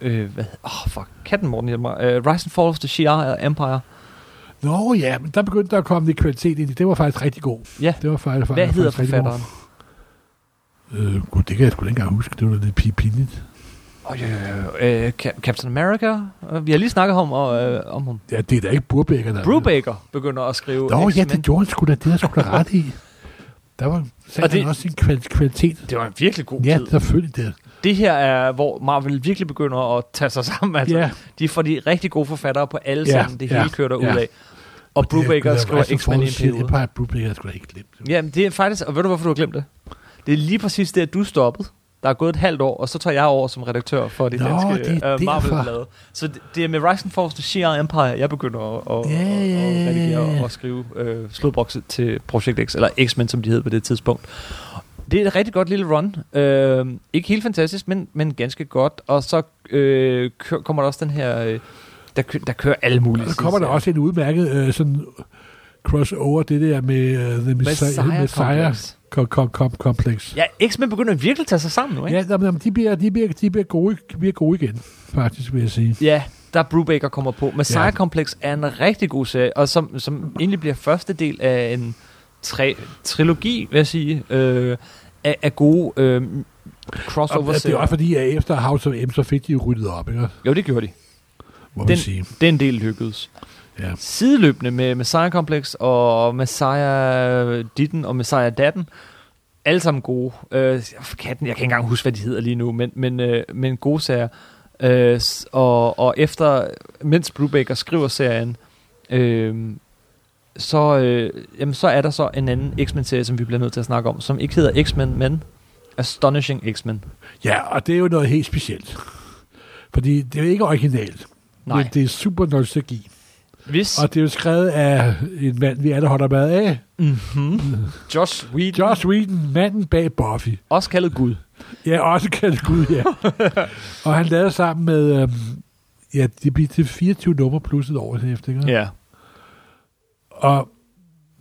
A: øh, hvad, hed- åh, oh, fuck. Katten Morten hjælper mig. Øh, Rise and Fall of the Shi'ar Empire.
B: Nå ja, men der begyndte der at komme lidt kvalitet ind i. Det var faktisk rigtig god.
A: Ja.
B: Det var faktisk,
A: Hvad hedder
B: faktisk rigtig
A: forfatteren?
B: god. Øh, gud, det kan jeg sgu da ikke engang huske. Det var da lidt pi- pinligt.
A: Oh, ja, ja, ja. Øh, Cap- Captain America. Øh, Vi har lige snakket om, og, øh, om ham.
B: Ja, det er da ikke Burbaker, der...
A: Brubaker begynder at skrive
B: Nå ja,
A: X-Men.
B: det gjorde han sgu da. Det er han sgu da ret i. Der var
A: Og
B: sagde
A: det-
B: han også sin kval- kvalitet.
A: det var en virkelig god
B: Ja,
A: tid.
B: selvfølgelig det.
A: Det her er, hvor Marvel virkelig begynder at tage sig sammen. Altså,
B: Ja,
A: De får de rigtig gode forfattere på alle
B: Ja,
A: sammen. Det hele
B: ja,
A: kører der ud
B: ja.
A: af. Og Brubaker skriver X-Men i en
B: periode.
A: periode.
B: Empire Brubaker skulle jeg ikke glemt.
A: Jamen, det er faktisk... Og ved du, hvorfor du har glemt det? Det er lige præcis det, at du stoppede. Der er gået et halvt år, og så tager jeg over som redaktør for de
B: Nå,
A: danske
B: det er
A: øh, marvel
B: derfor.
A: Så det, det er med Rising Force og Sheer Empire, jeg begynder at, at,
B: Ja,
A: at,
B: ja, ja,
A: at
B: ja,
A: redigere
B: ja.
A: og at skrive øh, slutbokset til Project X, eller X-Men, som de hed på det tidspunkt. Det er et rigtig godt lille run. Øh, ikke helt fantastisk, men, men ganske godt. Og så øh, kø- kommer der også den her... Øh, der, kø- der kører alle mulige
B: Og så kommer der
A: sideserier.
B: også en udmærket øh, sådan crossover, det der med øh, The Messiah,
A: Messiah,
B: Messiah
A: Complex.
B: kom, kom, kom, Complex.
A: Ja, X-Men begynder at virkelig tage sig sammen nu, ikke?
B: Ja, nå, men de bliver, de, bliver, de bliver, gode, bliver gode igen, faktisk, vil jeg sige.
A: Ja, der Brubaker kommer på. Messiah
B: Ja.
A: ja. Complex er en rigtig god serie, og som, som egentlig bliver første del af en tre, trilogi, vil jeg sige, øh, af, af gode øh,
B: Og øh,
A: crossover
B: det er
A: serier.
B: også fordi, at efter House of M, så fik de jo ryddet op, ikke?
A: Jo, det gjorde de.
B: må man
A: Den-
B: sige.
A: Den del lykkedes.
B: Ja.
A: Sideløbende med Messiah Complex og Messiah Ditten og Messiah Datten. Alle sammen gode. Øh, katten, jeg kan ikke engang huske, hvad de hedder lige nu, men, men, øh, men gode serier. Øh, s- og, og efter, mens Brubaker skriver serien, øh, så, øh, jamen, så er der så en anden X-Men-serie, som vi bliver nødt til at snakke om, som ikke hedder X-Men, men Astonishing X-Men.
B: Ja, og det er jo noget helt specielt. Fordi det er jo ikke originalt.
A: Nej.
B: Men det er super nostalgi.
A: Hvis
B: Og det er jo skrevet af en mand, vi alle holder meget af.
A: mm-hmm, Josh Whedon, Josh.
B: Josh Whedon, manden bag Buffy.
A: også kaldet Gud,
B: Ja, også kaldet Gud, ja. og han lavede sammen med... Øhm, ja, det blev til 24 numre plus et år efter, ikke?
A: ja.
B: Og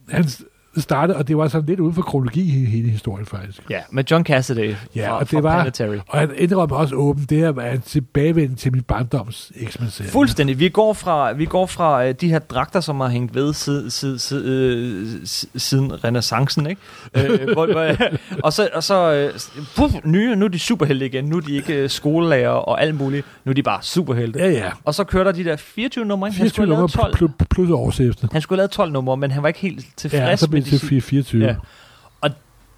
B: han s- startede, og det var sådan lidt uden for kronologi i hele historien, faktisk.
A: Ja, med John Cassidy
B: Ja,
A: fra,
B: og det
A: fra
B: var-
A: Planetary.
B: Og han indrømmer også åbent, det her var en tilbagevendelse til min barndoms X-Men-serie.
A: Fuldstændig. Vi går fra, vi går fra øh, de her dragter, som har hængt ved siden, siden, siden, øh, si- siden renaissancen, ikke? Øh, hvor, hvor, og så, og så øh, s- puff, nye, nu er de superhelte igen. Nu er de ikke øh, skolelærer og alt muligt. Nu er de bare superhelte.
B: Ja, ja.
A: Og så kører der de der 24 numre. ikke? Han
B: 24
A: skulle have
B: numre
A: lavet 12.
B: plus, plus års efter.
A: Han skulle have lavet 12 numre, men han var ikke helt tilfreds
B: Ja, så
A: med
B: blev det
A: de
B: til
A: sidste.
B: 24.
A: Ja.
B: Ja.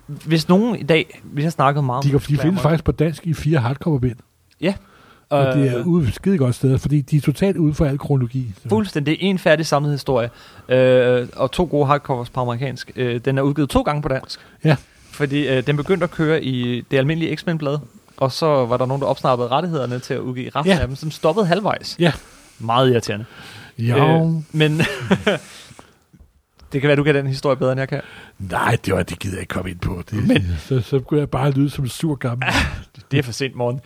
A: Hvis nogen i dag, vi har snakket meget om
B: De, kan, de findes
A: Claremont.
B: faktisk på dansk i fire hardcover-bind, og
A: Øh,
B: det er ude skide godt sted, fordi de er totalt uden for al kronologi. Så.
A: Fuldstændig en færdig samlet historie. Øh, og to gode hardcovers på amerikansk. Øh, den er udgivet to gange på dansk.
B: Ja.
A: Fordi øh, den begyndte at køre i det almindelige X-Men-blad. Og så var der nogen, der opsnappede rettighederne til at udgive resten
B: Ja.
A: af dem, som stoppede halvvejs.
B: Ja.
A: Meget irriterende.
B: Ja, øh.
A: men det kan være, du kan den historie bedre, end jeg kan.
B: Nej, det var det gider jeg ikke komme ind på. Det, så, så kunne jeg bare lyde som en sur gammel.
A: Det er for sent, morgen.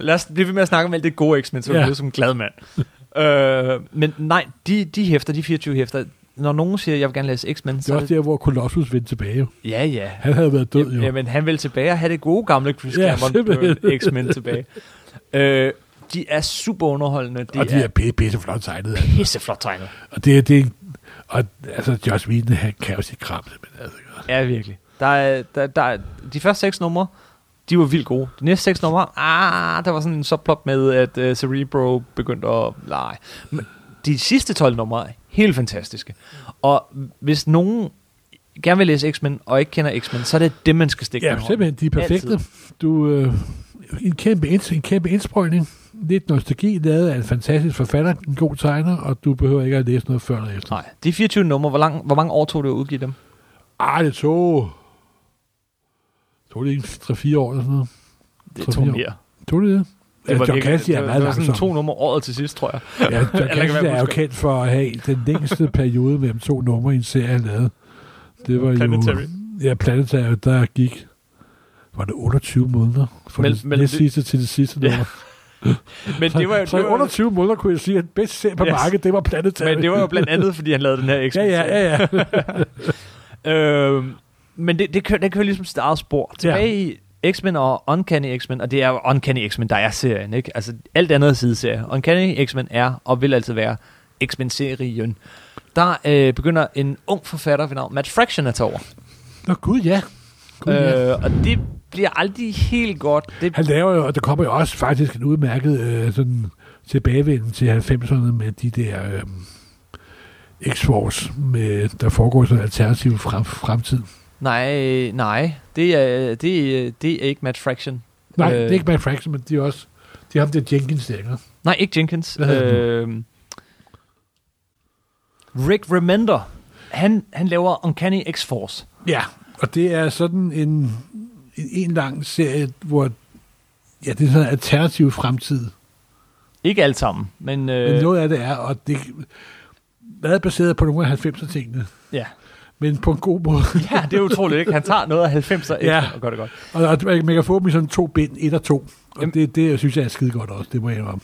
A: Lad os blive ved med at snakke om alt det gode X-Men, så
B: Ja.
A: ja. bliver som en glad mand. øh, men nej, de, de hæfter, de 24 hæfter, når nogen siger, at jeg vil gerne læse X-Men,
B: Det
A: så
B: var
A: er
B: også der, hvor Colossus vendte tilbage.
A: det, ja, ja,
B: Han havde været død, jo.
A: Jamen, han vil tilbage og have det gode gamle Chris
B: Ja,
A: Claremont
B: simpelthen.
A: ja, X-Men tilbage. Øh, de er super underholdende. De,
B: og de er,
A: er
B: er pisse flot tegnet. altså.
A: pisseflot tegnet.
B: Og det, det og altså, Josh Whedon, han kan jo sit kram, men altså,
A: Ja, virkelig. Der er, der, der er, de første seks numre, de var vildt gode. De næste seks numre, ah, der var sådan en subplot med, at uh, Cerebro begyndte at lege. Men de sidste 12 numre er helt fantastiske. Og hvis nogen gerne vil læse X-Men, og ikke kender X-Men, så er det det, man skal stikke
B: ja,
A: med hånden.
B: simpelthen, de er perfekte. Du, øh, en, kæmpe inds, en kæmpe indsprøjning, lidt nostalgi, lavet af en fantastisk forfatter, en god tegner, og du behøver ikke at læse noget før eller efter.
A: Nej, de 24 numre, hvor, lang, hvor mange år tog det at udgive dem?
B: Ah, det tog... Tog det ikke 3-4 år eller sådan noget?
A: Det
B: Tror
A: tog
B: jeg.
A: mere.
B: Tog det det?
A: Det var,
B: John
A: virkelig-
B: Cassie er
A: det, var-
B: meget
A: det var sådan
B: langsom.
A: to numre året til sidst, tror jeg.
B: Ja, John
A: kan være,
B: Cassie er jo
A: husker.
B: kendt for at have den længste periode mellem to numre i en serie, han lavede. Det var
A: Planetary.
B: jo... Ja, Planetary, der gik... Var det 28 måneder? Fra
A: Men-
B: men, det
A: men
B: næst
A: det-
B: sidste til det sidste
A: Ja,
B: nummer. Ja,
A: Men det var jo,
B: så,
A: det
B: i
A: var,
B: 28 måneder kunne jeg sige, at bedst serie på
A: Yes.
B: markedet, det var Planetary.
A: men det var jo blandt andet, fordi han lavede den her x
B: Ja, ja, ja, ja.
A: Øhm, men det, det, kører, det kører ligesom sit eget spor. Tilbage i X-Men og Uncanny X-Men, og det er jo Uncanny X-Men, der er serien, ikke? Altså alt andet er sideserie. Uncanny X-Men er og vil altid være X-Men-serien. Der øh, begynder en ung forfatter ved navn Matt Fraction at tage over.
B: Nå, gud ja. Gud, ja.
A: Øh, og det bliver aldrig helt godt. Det,
B: Han laver jo, og der kommer jo også faktisk en udmærket øh, sådan tilbagevenden til 90'erne med de der øh, X-Force, med, der foregår sådan en alternativ frem, fremtid.
A: nej, nej. Det er, det, er- det er ikke Matt Fraction.
B: Nej, øh,
A: Øh.
B: det er ikke Matt Fraction, men det er også det er ham der Jenkins der, ikke?
A: Nej, ikke Jenkins.
B: Hvad hedder
A: Øh, Øhm, Rick Remender, han, han laver Uncanny X-Force.
B: Ja, og det er sådan en, en, en lang serie, hvor ja, det er sådan en alternativ fremtid.
A: Ikke alt sammen, men... Øh,
B: Men noget af det er, og det meget baseret på nogle af 90'er tingene,
A: ja.
B: men på en god måde.
A: ja, det er utroligt, ikke? Han tager noget af 90'er ja.
B: Ja.
A: og gør det godt.
B: Og, og man man kan få dem i sådan to bind, et og to. Og
A: Jamen-
B: det, det synes jeg er skide godt også, det må jeg indrømme.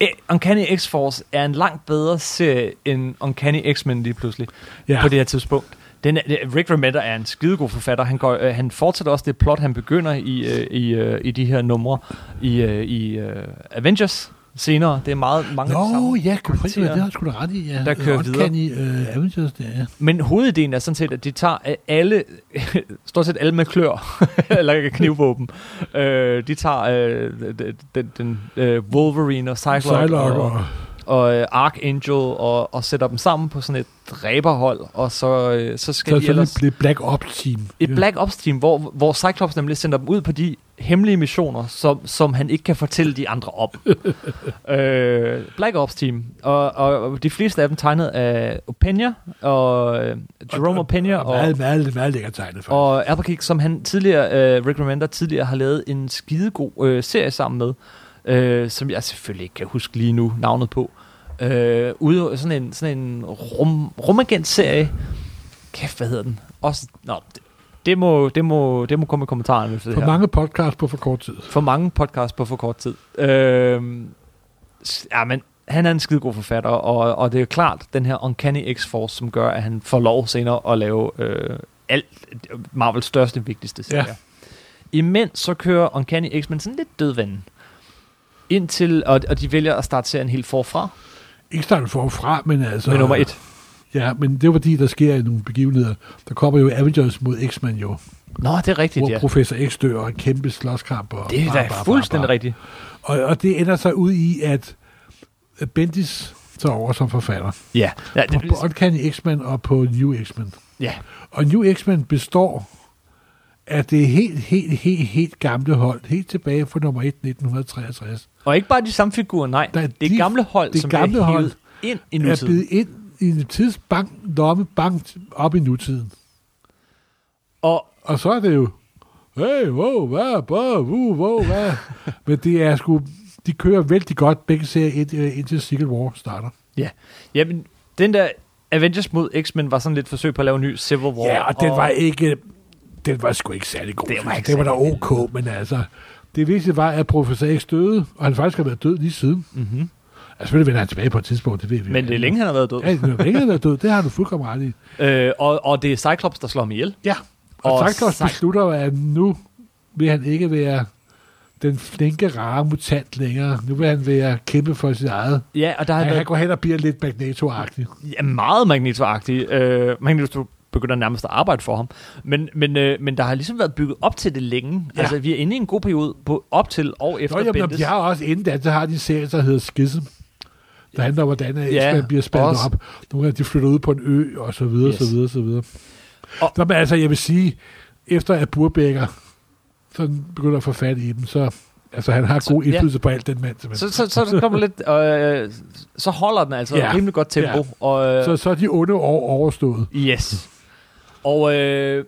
A: Æ, Øh, Uncanny X-Force er en langt bedre serie end Uncanny X-Men lige pludselig ja.
B: Ja.
A: på det her tidspunkt. Den er, Rick Remender er en skidegod forfatter. Han, går, øh, han fortsætter også det plot, han begynder i, øh, i, øh, i de her numre i, øh, i øh, Avengers senere. Det er meget mange af de
B: Nå,
A: samme
B: ja, kunne fri,
A: karakterer.
B: det har jeg sgu da ret i. Ja.
A: der kører
B: Uncanny, Øh, Avengers, det er.
A: Men hovedideen er sådan set, at de tager øh, alle, stort set alle med klør, eller knivvåben. Øh, de tager øh, den, den, den øh, Wolverine og Cyclops
B: Psylocke
A: og,
B: og,
A: og øh, Archangel og, og sætter dem sammen på sådan et dræberhold, og så, øh, så skal
B: så
A: så
B: er
A: de
B: sådan
A: ellers...
B: et bl- Black Ops team.
A: Et
B: Ja.
A: Black Ops team, hvor, hvor Cyclops nemlig sender dem ud på de hemmelige missioner, som, som han ikke kan fortælle de andre om. øh, Black Ops team, og, og, og de fleste af dem tegnet af Opeña, og øh, Jerome Opeña,
B: og,
A: og,
B: meget, meget, meget lækkert tegnet, faktisk.
A: og Albuquerque, som han tidligere, øh, Rick Remender tidligere har lavet en skidegod øh, serie sammen med, øh, som jeg selvfølgelig ikke kan huske lige nu navnet på. Øh, ude sådan en, sådan en rum, rumagent-serie. Kæft, hvad hedder den? Også, nå, det, det, må, det, må, det må komme i kommentarerne for det
B: På
A: her.
B: mange podcasts på for kort tid.
A: For mange podcasts på for kort tid. Øh, s- ja, men han er en skidegod forfatter, og, og det er jo klart den her Uncanny X-Force, som gør, at han får lov senere at lave øh, alt Marvels største, vigtigste serier. Ja.
B: Ja.
A: Imens så kører Uncanny X-Men sådan lidt dødvanden. Indtil, og, og de vælger at starte serien helt forfra
B: Ikke startet forfra, men altså...
A: så, med nummer et.
B: Ja, men det var fordi, der sker nogle begivenheder. Der kommer jo Avengers mod X-Men jo,
A: Nå, det er rigtigt,
B: hvor
A: ja.
B: professor X dør og en kæmpe slåskamp. Og
A: Det er
B: bare,
A: da
B: bare, bare,
A: fuldstændig
B: bare.
A: rigtigt.
B: Og, og det ender så ud i, at Bendis tager over som forfatter.
A: Ja. Ja,
B: På,
A: det,
B: på Uncanny X-Men og på New X-Men.
A: ja.
B: Og New X-Men består af det helt, helt, helt, helt gamle hold. Helt tilbage fra nummer 1, 1963.
A: Og ikke bare de samme figurer, nej.
B: Der er
A: det er
B: de-
A: gamle hold,
B: det
A: som
B: gamle
A: er
B: hold
A: hævet ind i
B: Er
A: nutiden.
B: blevet ind i en tidsbank, lomme, bank op i nutiden.
A: Og
B: Og så er det jo, hey, wow, hvad, bå, wow, wow, hvad. Men det er sgu, de kører vældig godt begge serier ind, øh, indtil Civil War starter.
A: Ja, Jamen, den der Avengers mod X-Men var sådan lidt forsøg på at lave en ny Civil War.
B: Ja, og den var ikke, den var sgu ikke særlig god.
A: Den var
B: synes jeg.
A: ikke
B: den var da
A: særlig
B: ok, men altså, det vigtigste var, at professor X døde, og han faktisk har været død lige siden.
A: Mm-hmm.
B: Altså, selvfølgelig vender han tilbage på et tidspunkt, det ved vi. jo
A: Men det er
B: ikke.
A: længe, han har været død.
B: Ja, det er længe, han er død, det har du fuldkommen ret i.
A: Øh, og, og det er Cyclops, der slår ham ihjel.
B: Ja, og,
A: Og
B: og Cyclops
A: Cy-
B: beslutter, at nu vil han ikke være den flinke, rare mutant længere. Nu vil han være kæmpe for sit eget.
A: Ja, og der har
B: Han, han
A: været
B: går hen og bliver lidt Magneto-agtig.
A: ja, meget Magneto-agtig. Øh, Magneto begynder nærmest at arbejde for ham. Men, men, øh, men der har ligesom været bygget op til det længe. Ja.
B: Ja.
A: Altså, vi er inde i en god periode på op til og
B: Nå,
A: efter Nå,
B: jamen,
A: Bendis.
B: de har også inden da, så har de en serie, der hedder Schism. Der handler om, hvordan
A: Ja,
B: ja, X-Men bliver spændt
A: også.
B: op. Nogle gange de flytter ud på en ø, og så videre,
A: Yes.
B: yes. så videre, så videre.
A: Og-
B: Og, Nå, men altså, jeg vil sige, efter at Burbækker sådan begynder at få fat i dem, så altså, han har
A: Så-
B: god
A: ja.
B: indflydelse på alt den mand. Så,
A: Så, så, så, så kommer lidt... Øh, så holder den altså
B: Ja.
A: ja. rimelig godt tempo. Ja. Og, øh,
B: så, så er de onde år overstået.
A: Yes. Og øh,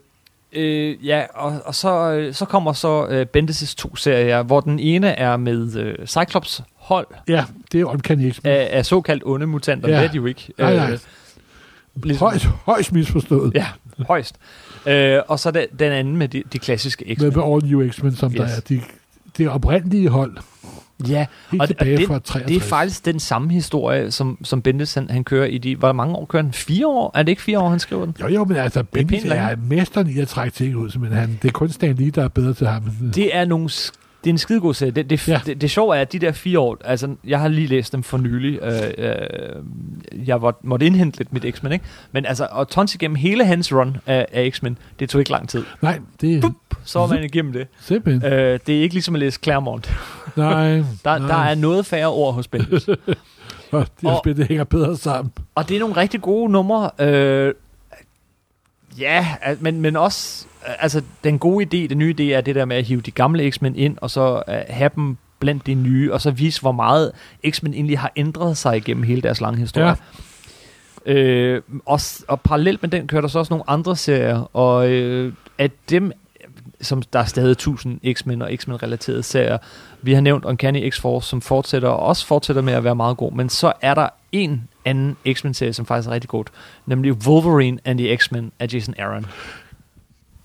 A: øh, ja, og, og så, øh, så kommer så øh, Bendis' to serier, hvor den ene er med øh, Cyclops hold
B: Ja, det er Uncanny X-Men.
A: af, af såkaldt onde mutanter, ja.
B: Mm. Ja.
A: det er de jo ikke.
B: Nej, nej.
A: ligesom-
B: Højst, højst misforstået.
A: Ja, højst. Øh, og så den, den anden med de, de klassiske x
B: Med, med All New X-Men, som yes. der
A: Yes.
B: er. De, det oprindelige hold,
A: Ja,
B: helt
A: og, det- og
B: tilbage
A: det,
B: fra
A: det er
B: 63.
A: faktisk den samme historie, som, som Bendis han, han kører i de... Hvor mange år kører han? Fire år? Er det ikke fire år, han skriver den?
B: Jo, jo, men altså, Bendis
A: pænt
B: er,
A: længe.
B: er mesteren i at trække ting ud, men han, det er kun Stan Lee, der er bedre til ham.
A: Det er nogle sk- det er en skidegod serie. Det, det, ja.
B: Ja.
A: det, det sjove er, at de der fire år, altså jeg har lige læst dem for nylig, øh, øh, jeg var, måtte indhente lidt mit X-Men, ikke? Men altså, og tons igennem hele hans run af, af X-Men, det tog ikke lang tid.
B: Nej, det er
A: Så var man igennem det.
B: simpelthen...
A: Øh, det er ikke ligesom at læse Claremont.
B: Nej,
A: Der,
B: nej.
A: der er noget færre ord hos Bendis.
B: Nå, Det,
A: og-
B: og, det hænger bedre sammen.
A: Og det er nogle rigtig gode numre. Øh, ja, al- men, men også... Altså, den gode idé, den nye idé, er det der med at hive de gamle X-Men ind, og så øh, have dem blandt de nye, og så vise, hvor meget X-Men egentlig har ændret sig igennem hele deres lange historie.
B: Ja.
A: Øh, og, s- og parallelt med den kører der så også nogle andre serier, og øh, af dem, som der er stadig 1000 X-Men og X-Men-relaterede serier, vi har nævnt Uncanny X-Force, som fortsætter og også fortsætter med at være meget god, men så er der en anden X-Men-serie, som faktisk er rigtig god, nemlig Wolverine and the X-Men af Jason Aaron.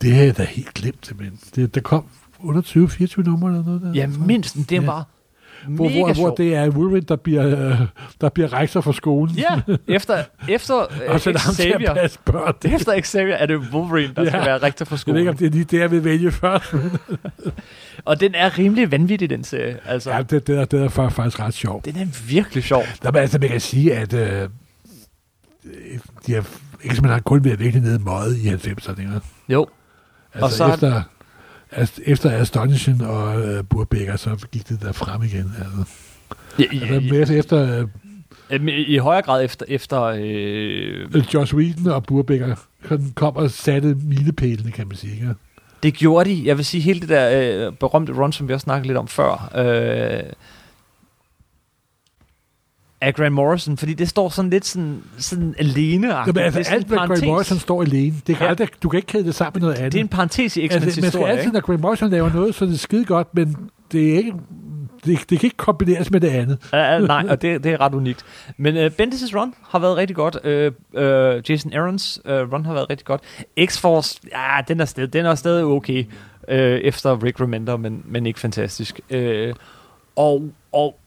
B: Det havde jeg da helt glemt, simpelthen. Det, der kom 28-24 numre eller noget der.
A: Ja, mindst, det er
B: Mm. Ja.
A: bare
B: hvor,
A: mega
B: hvor, hvor
A: sjov.
B: det er Wolverine, der bliver, øh, der bliver rektor for skolen.
A: Ja, efter, efter øh,
B: og så er ham til at
A: Xavier,
B: passe børn. Det,
A: efter Xavier er det Wolverine, der ja. skal
B: Ja.
A: være rigtig for
B: jeg ved
A: skolen.
B: ikke, om det er lige det, jeg vil vælge først.
A: Og den er rimelig vanvittig, den serie. Altså,
B: Ja,
A: ja.
B: det, det, er, det er fa- faktisk ret sjovt.
A: Den er virkelig sjov.
B: Der, men altså, man kan sige, at øh, de har, ikke, man har kun været virkelig nede meget i 90'erne. Ikke?
A: Jo,
B: Altså,
A: Og så har-
B: efter, altså, efter Astonishing og øh, Burbecker, så gik det der frem igen. Altså.
A: i,
B: Altså,
A: i,
B: med efter
A: i, i højere grad efter... efter øh,
B: øh, Josh Whedon og Burbecker sådan kom og satte milepælene, kan man sige. Ikke?
A: det gjorde de. Jeg vil sige, hele det der øh, berømte run, som vi også snakkede lidt om før, øh, af Grant Morrison, fordi det står sådan lidt sådan, sådan alene
B: Jamen, altså, alt, hvad Greg Morrison står alene, det kan
A: Ja.
B: aldrig, du kan ikke kæde det sammen med noget andet.
A: Det er en parentes i X-Men's
B: altså, man skal
A: historie,
B: altid,
A: ikke?
B: når Greg Morrison laver noget, så er det skide godt, men det, er ikke, det, det kan ikke kombineres med det andet.
A: Ja, ja, nej, og det, det er ret unikt. Men uh, Bendis' run har været rigtig godt. Uh, uh, Jason Aarons uh, run har været rigtig godt. X-Force, ja, den er, sted, den er stadig okay. Uh, efter Rick Remender, men, men ikke fantastisk. Uh, og, og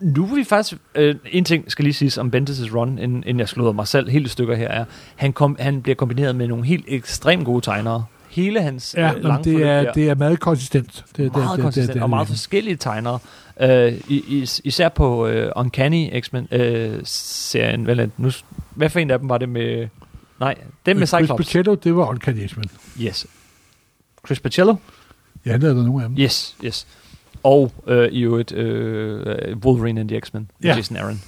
A: nu er vi faktisk... Uh, en ting skal lige siges om Bendis' run, inden, inden jeg slutter mig selv helt i stykker her, er, han, kom, han bliver kombineret med nogle helt ekstremt gode tegnere. Hele hans
B: Ja,
A: øh,
B: men
A: lange
B: det,
A: forløb
B: er,
A: der
B: det er meget konsistent. Det, Øh, det,
A: meget
B: det,
A: konsistent
B: det, det,
A: og meget
B: det.
A: forskellige tegnere. Øh, i, is, især på øh, Uncanny X-Men-serien. Øh, serien. Vel, nu, s- hvad for en af dem var det med... Nej, den med
B: Øh, Chris
A: Cyclops.
B: Pacello, det var Uncanny X-Men.
A: Yes. Chris Pacello?
B: Ja, han lavede nogle af dem.
A: Yes, yes. Og øh, i øvrigt øh, Wolverine and the X-Men med
B: Ja.
A: Jason Aaron.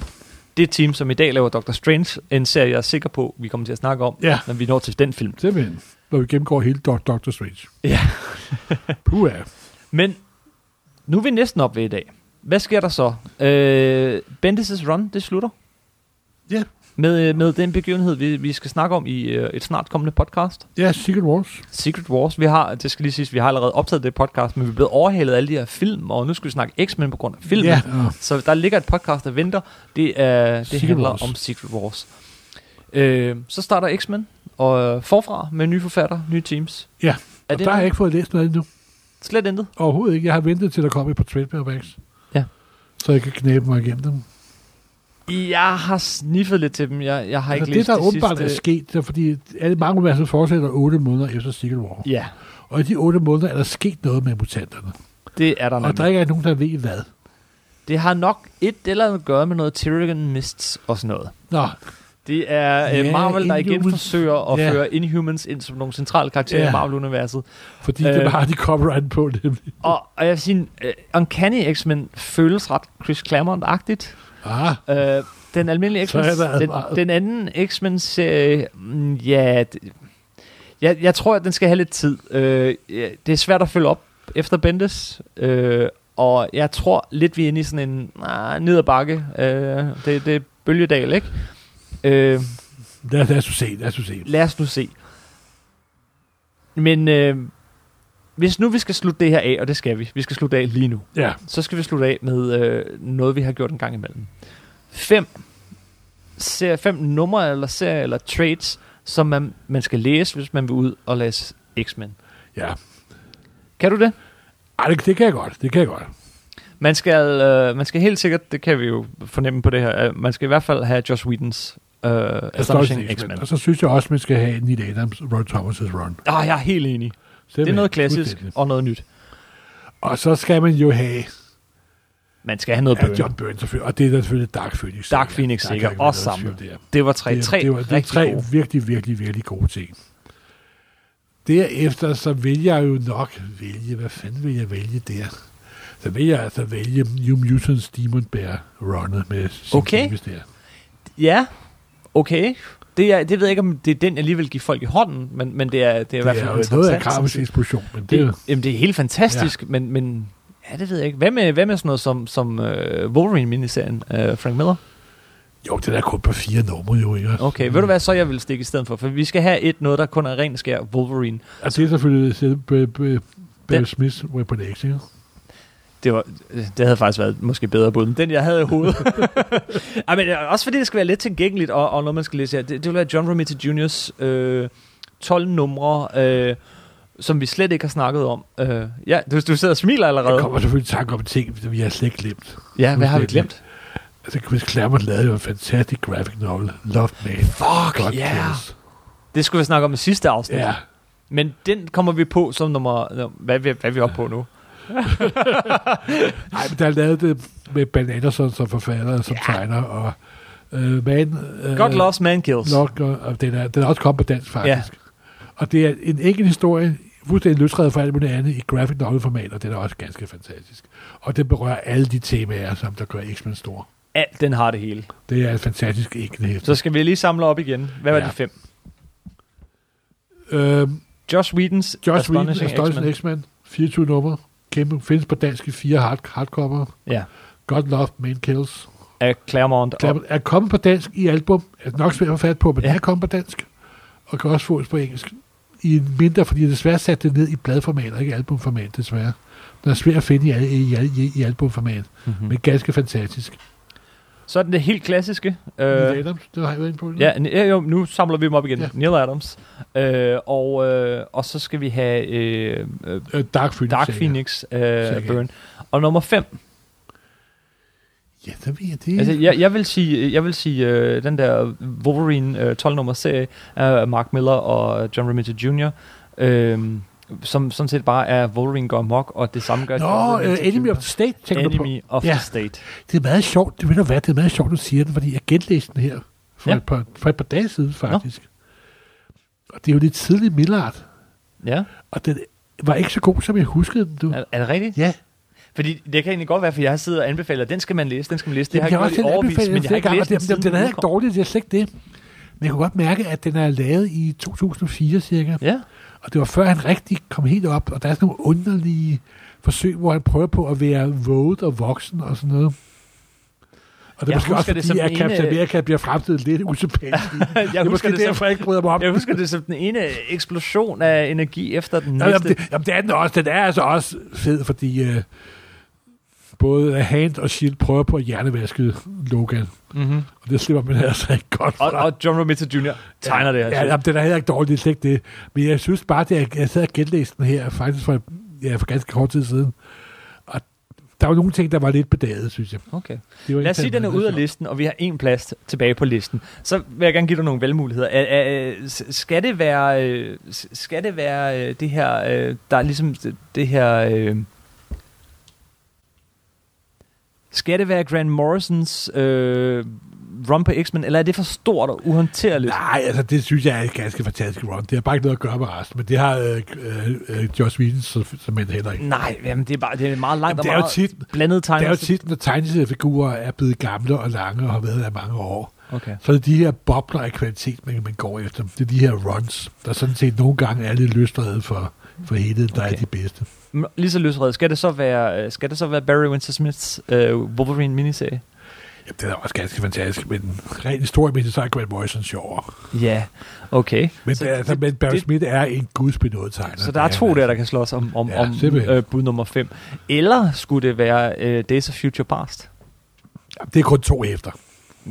A: Det team, som i dag laver Doctor Strange, en serie, jeg er sikker på, vi kommer til at snakke om,
B: Ja,
A: når vi når til den film.
B: simpelthen. Når vi gennemgår hele Doc, Doctor Strange.
A: Ja.
B: Puh, ja.
A: Men nu er vi næsten op ved i dag. Hvad sker der så? Øh, Bendis' run, det slutter.
B: Ja.
A: Med, øh, med den begivenhed, vi, vi skal snakke om i øh, et snart kommende podcast.
B: Ja, Secret Wars.
A: Secret Wars. Vi har, det skal lige siges, vi har allerede optaget det podcast, men vi er blevet overhalet af alle de her film, og nu skal vi snakke X-Men på grund af filmen.
B: Ja, og
A: Så der ligger et podcast, der venter. Det, er, det
B: Secret
A: handler
B: Wars.
A: om Secret Wars. Øh, så starter X-Men og øh, forfra med nye forfatter, nye teams.
B: Ja,
A: Er
B: og
A: det
B: der har jeg ikke fået læst noget endnu.
A: slet intet?
B: Overhovedet ikke. Jeg har ventet til, der kommer et par trade
A: Ja.
B: Så jeg kan knæbe mig igennem dem.
A: Jeg har sniffet lidt til dem. Jeg, jeg har
B: altså,
A: ikke
B: det,
A: læst
B: der
A: de
B: åbenbart
A: sidste...
B: er sket, det er, fordi alle mange universer fortsætter 8 måneder efter Secret War.
A: Ja,
B: Og i de 8 måneder er der sket noget med mutanterne.
A: det er der
B: Og der
A: nemlig.
B: ikke er nogen, der ved hvad.
A: Det har nok et eller andet at gøre med noget Tyrion Mists og sådan noget.
B: Nå,
A: Det er yeah,
B: Ja,
A: Marvel, der igen
B: Inhumans.
A: forsøger at
B: Ja.
A: yeah. føre Inhumans ind som nogle centrale karakterer yeah. i
B: Ja.
A: Marvel-universet.
B: fordi
A: Øh.
B: øh. det har de copyright på, nemlig.
A: Og, og jeg vil sige, uh, Uncanny X-Men føles ret Chris Claremont-agtigt.
B: Ah,
A: Uh, den almindelige
B: Så er
A: X-Men,
B: der
A: den,
B: meget.
A: den anden X-Men-serie, mm, ja, det, jeg, jeg tror, at den skal have lidt tid. Øh, ja, det er svært at følge op efter Bendis, øh, og jeg tror lidt, vi er inde i sådan en ah, ned ad bakke. Øh, det, det er bølgedal, ikke? Øh,
B: lad, lad os nu se, lad os nu se.
A: lad os nu se. Men øh, hvis nu vi skal slutte det her af, og det skal vi, vi skal slutte af lige nu,
B: Ja,
A: så skal vi slutte af med øh, noget, vi har gjort en gang imellem. Fem, ser, fem numre eller serier eller trades, som man, man skal læse, hvis man vil ud og læse X-Men.
B: ja.
A: Kan du det?
B: Ej, det, det kan jeg godt, det kan jeg godt.
A: Man skal, øh, man skal helt sikkert, det kan vi jo fornemme på det her, øh, man skal i hvert fald have Josh Whedons øh, Astonishing
B: Astonishing
A: X-Men.
B: Og så synes jeg også, man skal have Neil Adams, Ron Thomas' run.
A: Ah, jeg er helt enig. Det er noget klassisk og noget nyt.
B: Og så skal man jo have
A: Man skal have noget
B: ja,
A: bøger.
B: John Byrne selvfølgelig, og det er da selvfølgelig Dark Phoenix.
A: Dark Phoenix
B: Der kan
A: sikkert
B: ikke være
A: også
B: noget
A: samlet.
B: tvivl der.
A: Det var tre,
B: det,
A: tre
B: det var, det var
A: rigtig
B: tre
A: gode.
B: virkelig, virkelig, virkelig gode ting. Derefter så vil jeg jo nok vælge, hvad fanden vil jeg vælge der? Så vil jeg altså vælge New Mutants Demon Bear runnet med Sam
A: Okay.
B: Davis der.
A: Ja, okay. Det, er, det ved jeg ikke, om det er den, jeg lige vil give folk i hånden, men, men det er, det er i hvert
B: Det
A: fald
B: er jo noget af
A: interessant.
B: Kravis eksplosion, men det, er jo-
A: det, jamen, det er helt fantastisk, ja. men, men øh, ja, det ved jeg ikke. Hvad med, hvad med sådan noget som, som uh, Wolverine-miniserien, uh, Frank øh, Miller?
B: Jo, det er da kun på fire numre, jo ikke?
A: Okay, ved du hvad så jeg vil stikke i stedet for? For vi skal have et noget, der kun er rent skær Wolverine.
B: Altså, det er selvfølgelig selv- b- b-
A: Den-
B: Bill Smiths Weapon X, ikke?
A: Det, var, det havde faktisk været måske bedre bud, men den jeg havde i hovedet. Ej, men øh, også fordi det skal være lidt tilgængeligt, og, og noget man skal læse her. Det, det vil være John Romita Jr.'s øh, 12 numre, øh, som vi slet ikke har snakket om. Øh, ja, du, du sidder og smiler allerede.
B: Der kommer selvfølgelig tanker om ting, som vi har slet ikke glemt.
A: Ja, hvad har vi
B: Fuldstændig.
A: glemt?
B: Altså, Chris Claremont lavede jo en fantastisk graphic novel, Love Man.
A: Fuck,
B: God
A: ja.
B: Kills.
A: Det skulle vi snakke om i sidste afsnit.
B: Ja,
A: Men den kommer vi på som nummer... nå, Hvad, er vi- hvad er vi oppe på nu?
B: Ej, men der lavede det med Ben Anderson som forfatter, som
A: Ja.
B: ja. tegner, og øh, man... Øh,
A: God Loves Man Kills.
B: Nok, og, og den, er, den er også kommet på dansk,
A: Ja.
B: faktisk. Ja. Og det er en enkelt historie, fuldstændig løsredet fra alt muligt andet, i graphic novel-format, og den er også ganske fantastisk. Og den berører alle de temaer, som der gør X-Men stor.
A: Alt, den har det hele.
B: Det er en fantastisk enkelt hæfte.
A: Så skal vi lige samle op igen. Hvad var
B: Ja.
A: de fem?
B: Øh,
A: Josh Whedons
B: Josh Whedon,
A: Astonishing
B: Astonishing
A: X-Men.
B: X-Men, 24 nummer, kæmpe, findes på dansk i fire hard, hardcover.
A: Ja.
B: God Love, Man Kills.
A: Af Claremont. Og,
B: Clapper er kommet på dansk i album, er nok svært at få fat på, men
A: Ja.
B: ja. er kommet på dansk, og kan også fås på engelsk. I en mindre, fordi jeg desværre satte det ned i bladformat, og ikke albumformat, desværre. Den er svær at finde i, al- i, al- i, i albumformat, mm.
A: mm-hmm.
B: men ganske fantastisk.
A: Øh, Så er den det helt klassiske.
B: Øh.
A: Øh,
B: Adams, det har jeg været inde på.
A: ja, n- ja, jo, nu samler vi dem op igen.
B: Ja.
A: Neil Adams. Øh, og, øh, og så skal vi have øh, øh,
B: Øh, Dark Phoenix.
A: Dark
B: sagde jeg.
A: Phoenix øh,
B: Sikkert.
A: Burn. Og nummer 5.
B: Ja, der ved jeg det.
A: Altså,
B: Altså,
A: jeg, jeg vil sige, jeg vil sige øh, den der Wolverine øh, 12-nummer serie af Mark Miller og John Romita Jr., øh, som sådan set bare er Wolverine går amok, og det samme gør
B: Nå,
A: Romita
B: øh, Enemy
A: Jr.
B: of the State, tænker du på.
A: Enemy of
B: Ja.
A: the State.
B: Det er meget sjovt, det ved du hvad, det er meget sjovt, du siger den, fordi jeg genlæste den her for,
A: Ja.
B: ja. et, par, for et par dage siden, faktisk. Og det er jo lidt tidligt Millard,
A: Ja,
B: og den var ikke så god, som jeg huskede den, du.
A: er, er det rigtigt?
B: Ja,
A: Fordi det kan egentlig godt være, for jeg har siddet og anbefalet, at den skal man læse, den skal man læse. Det har
B: Jamen,
A: jeg gjort
B: også
A: i
B: selv
A: overvis,
B: anbefalet
A: men jeg har ikke
B: flere
A: læst den,
B: gange, og
A: siden
B: den, den, den er
A: den
B: ikke
A: udkom.
B: dårlig, det er slet ikke det. Men jeg kunne godt mærke, at den er lavet i 2004 cirka,
A: Ja,
B: og det var før han rigtig kom helt op, og der er sådan nogle underlige forsøg, hvor han prøver på at være våget og voksen og sådan noget. Og det
A: Jeg
B: er måske
A: husker
B: også
A: det
B: fordi,
A: som
B: at
A: en,
B: Captain
A: øh,
B: America bliver fremstillet lidt usædvanligt.
A: jeg
B: det er
A: husker
B: måske
A: det, som,
B: derfor, jeg ikke bryder mig om.
A: jeg husker det som den ene eksplosion af energi efter den
B: Nå, jamen,
A: næste.
B: det, jamen, det er den også. Den er altså også fed, fordi øh, både Hand og Shield prøver på at hjernevaske Logan.
A: Mm-hmm.
B: Og det slipper man altså ikke godt fra.
A: Og, og John Romita Jr. tegner det her.
B: Ja, jamen, den er heller ikke dårlig, det er slet ikke det. Men jeg synes bare, at jeg, jeg sad og genlæste den her, faktisk for, ja, for ganske kort tid siden. Og der var nogle ting, der var lidt bedaget, synes jeg.
A: Okay.
B: Det var
A: Lad os sige, at den er ude af listen, og vi har en plads t- tilbage på listen. Så vil jeg gerne give dig nogle valgmuligheder. Er, er, øh, s- skal det være, øh, s- skal det, være øh, det her, øh, der er ligesom det- det her... Øh, skal det være Grant Morrisons øh, run på X-Men, eller er det for stort og uhåndterligt?
B: Nej, altså det synes jeg er et ganske fantastisk run. Det har bare ikke noget at gøre med resten, men det har øh, øh, øh, Josh Whedon som, som en heller ikke.
A: Nej, jamen, det er bare det er meget langt
B: Jamen, det er
A: og
B: jo
A: meget
B: tit-
A: blandet
B: Det er jo
A: tegnet.
B: tit, når tegneseriefigurer er blevet gamle og lange og har været der i mange år.
A: Okay.
B: Så er det de her bobler af kvalitet, man, man går efter. Det er de her runs, der sådan set nogle gange er lidt løstrede for, for helheden, der
A: Okay.
B: er de bedste.
A: M- Lige så løsredet. Skal det så være, øh, skal det så være Barry Windsor Smiths øh, Wolverine miniserie?
B: Jamen, det er også ganske fantastisk, men rent historiemæssigt, så er Grant Morrison sjovere.
A: Ja, okay.
B: Men,
A: Så
B: så, altså,
A: det-
B: men Barry
A: det-
B: det, Smith er en gudsbenået tegner.
A: Så der er
B: Det
A: to
B: han
A: der,
B: altså.
A: der kan slås om, om,
B: Ja,
A: om
B: simpelthen.
A: øh, bud nummer 5. Eller skulle det være øh, Days of Future Past?
B: Jamen, det er kun to hæfter.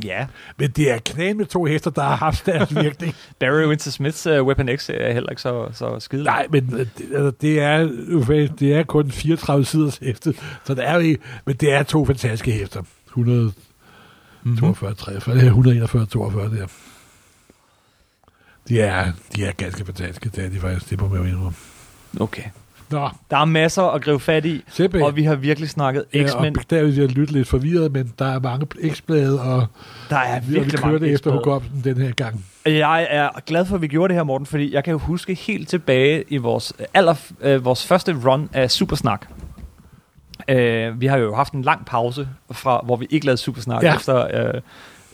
A: Ja.
B: Men det er knæen med to hæfter, der har haft deres virkning.
A: Barry Windsor Smiths øh, Weapon X er heller ikke så, så skide.
B: Nej, men øh, det, altså, det, er, ufa- det er kun 34 siders hæfte, så det er jo ikke, men det er to fantastiske hæfter. 100
A: Mm-hmm.
B: 42, 43, det er 141, 42 der. De er, de er ganske fantastiske, det er de faktisk, det må man jo indrømme.
A: Okay.
B: Nå,
A: Der er masser at gribe fat i,
B: Sebbe,
A: og vi har virkelig snakket
B: ja, og
A: X-Men.
B: beklager, hvis jeg lytter lidt forvirret, men der er mange X-blade, og
A: Der er
B: vi, og vi
A: virkelig
B: kører det
A: mange
B: efter
A: X-blade.
B: hukommelsen den her gang.
A: Jeg er glad for, at vi gjorde det her, Morten, fordi jeg kan jo huske helt tilbage i vores, aller, øh, vores første run af Supersnak. Øh, vi har jo haft en lang pause, fra, hvor vi ikke lavede Supersnak ja.
B: Ja.
A: efter... Øh,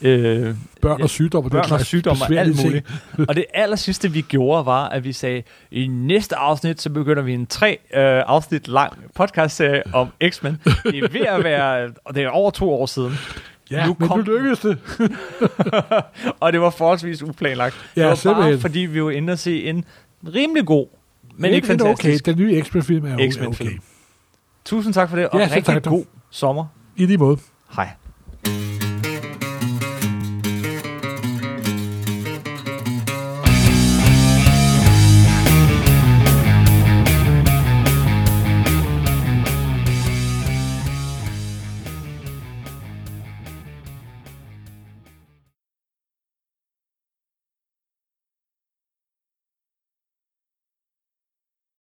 A: øh,
B: Børn
A: Ja,
B: og sygdomme, det er
A: børn og
B: klart
A: sygdomme og
B: besværlige
A: alt
B: ting.
A: muligt. og det aller sidste, vi gjorde, var, at vi sagde, i næste afsnit, så begynder vi en tre øh, afsnit lang podcastserie om X-Men. Det er ved at være, og det er over to år siden.
B: Ja,
A: Nu
B: nu men
A: kom
B: nu
A: den.
B: lykkedes det.
A: og det var forholdsvis uplanlagt.
B: Ja,
A: det var bare
B: simpelthen.
A: fordi, vi var inde og se en rimelig god, men ikke
B: det er
A: fantastisk
B: okay. Den nye X-Men-film er jo- er okay.
A: X-Men-film. Tusind tak for det, og
B: Ja,
A: ja,
B: selv
A: rigtig
B: tak,
A: tak,
B: du.
A: god sommer.
B: I lige måde.
A: Hej.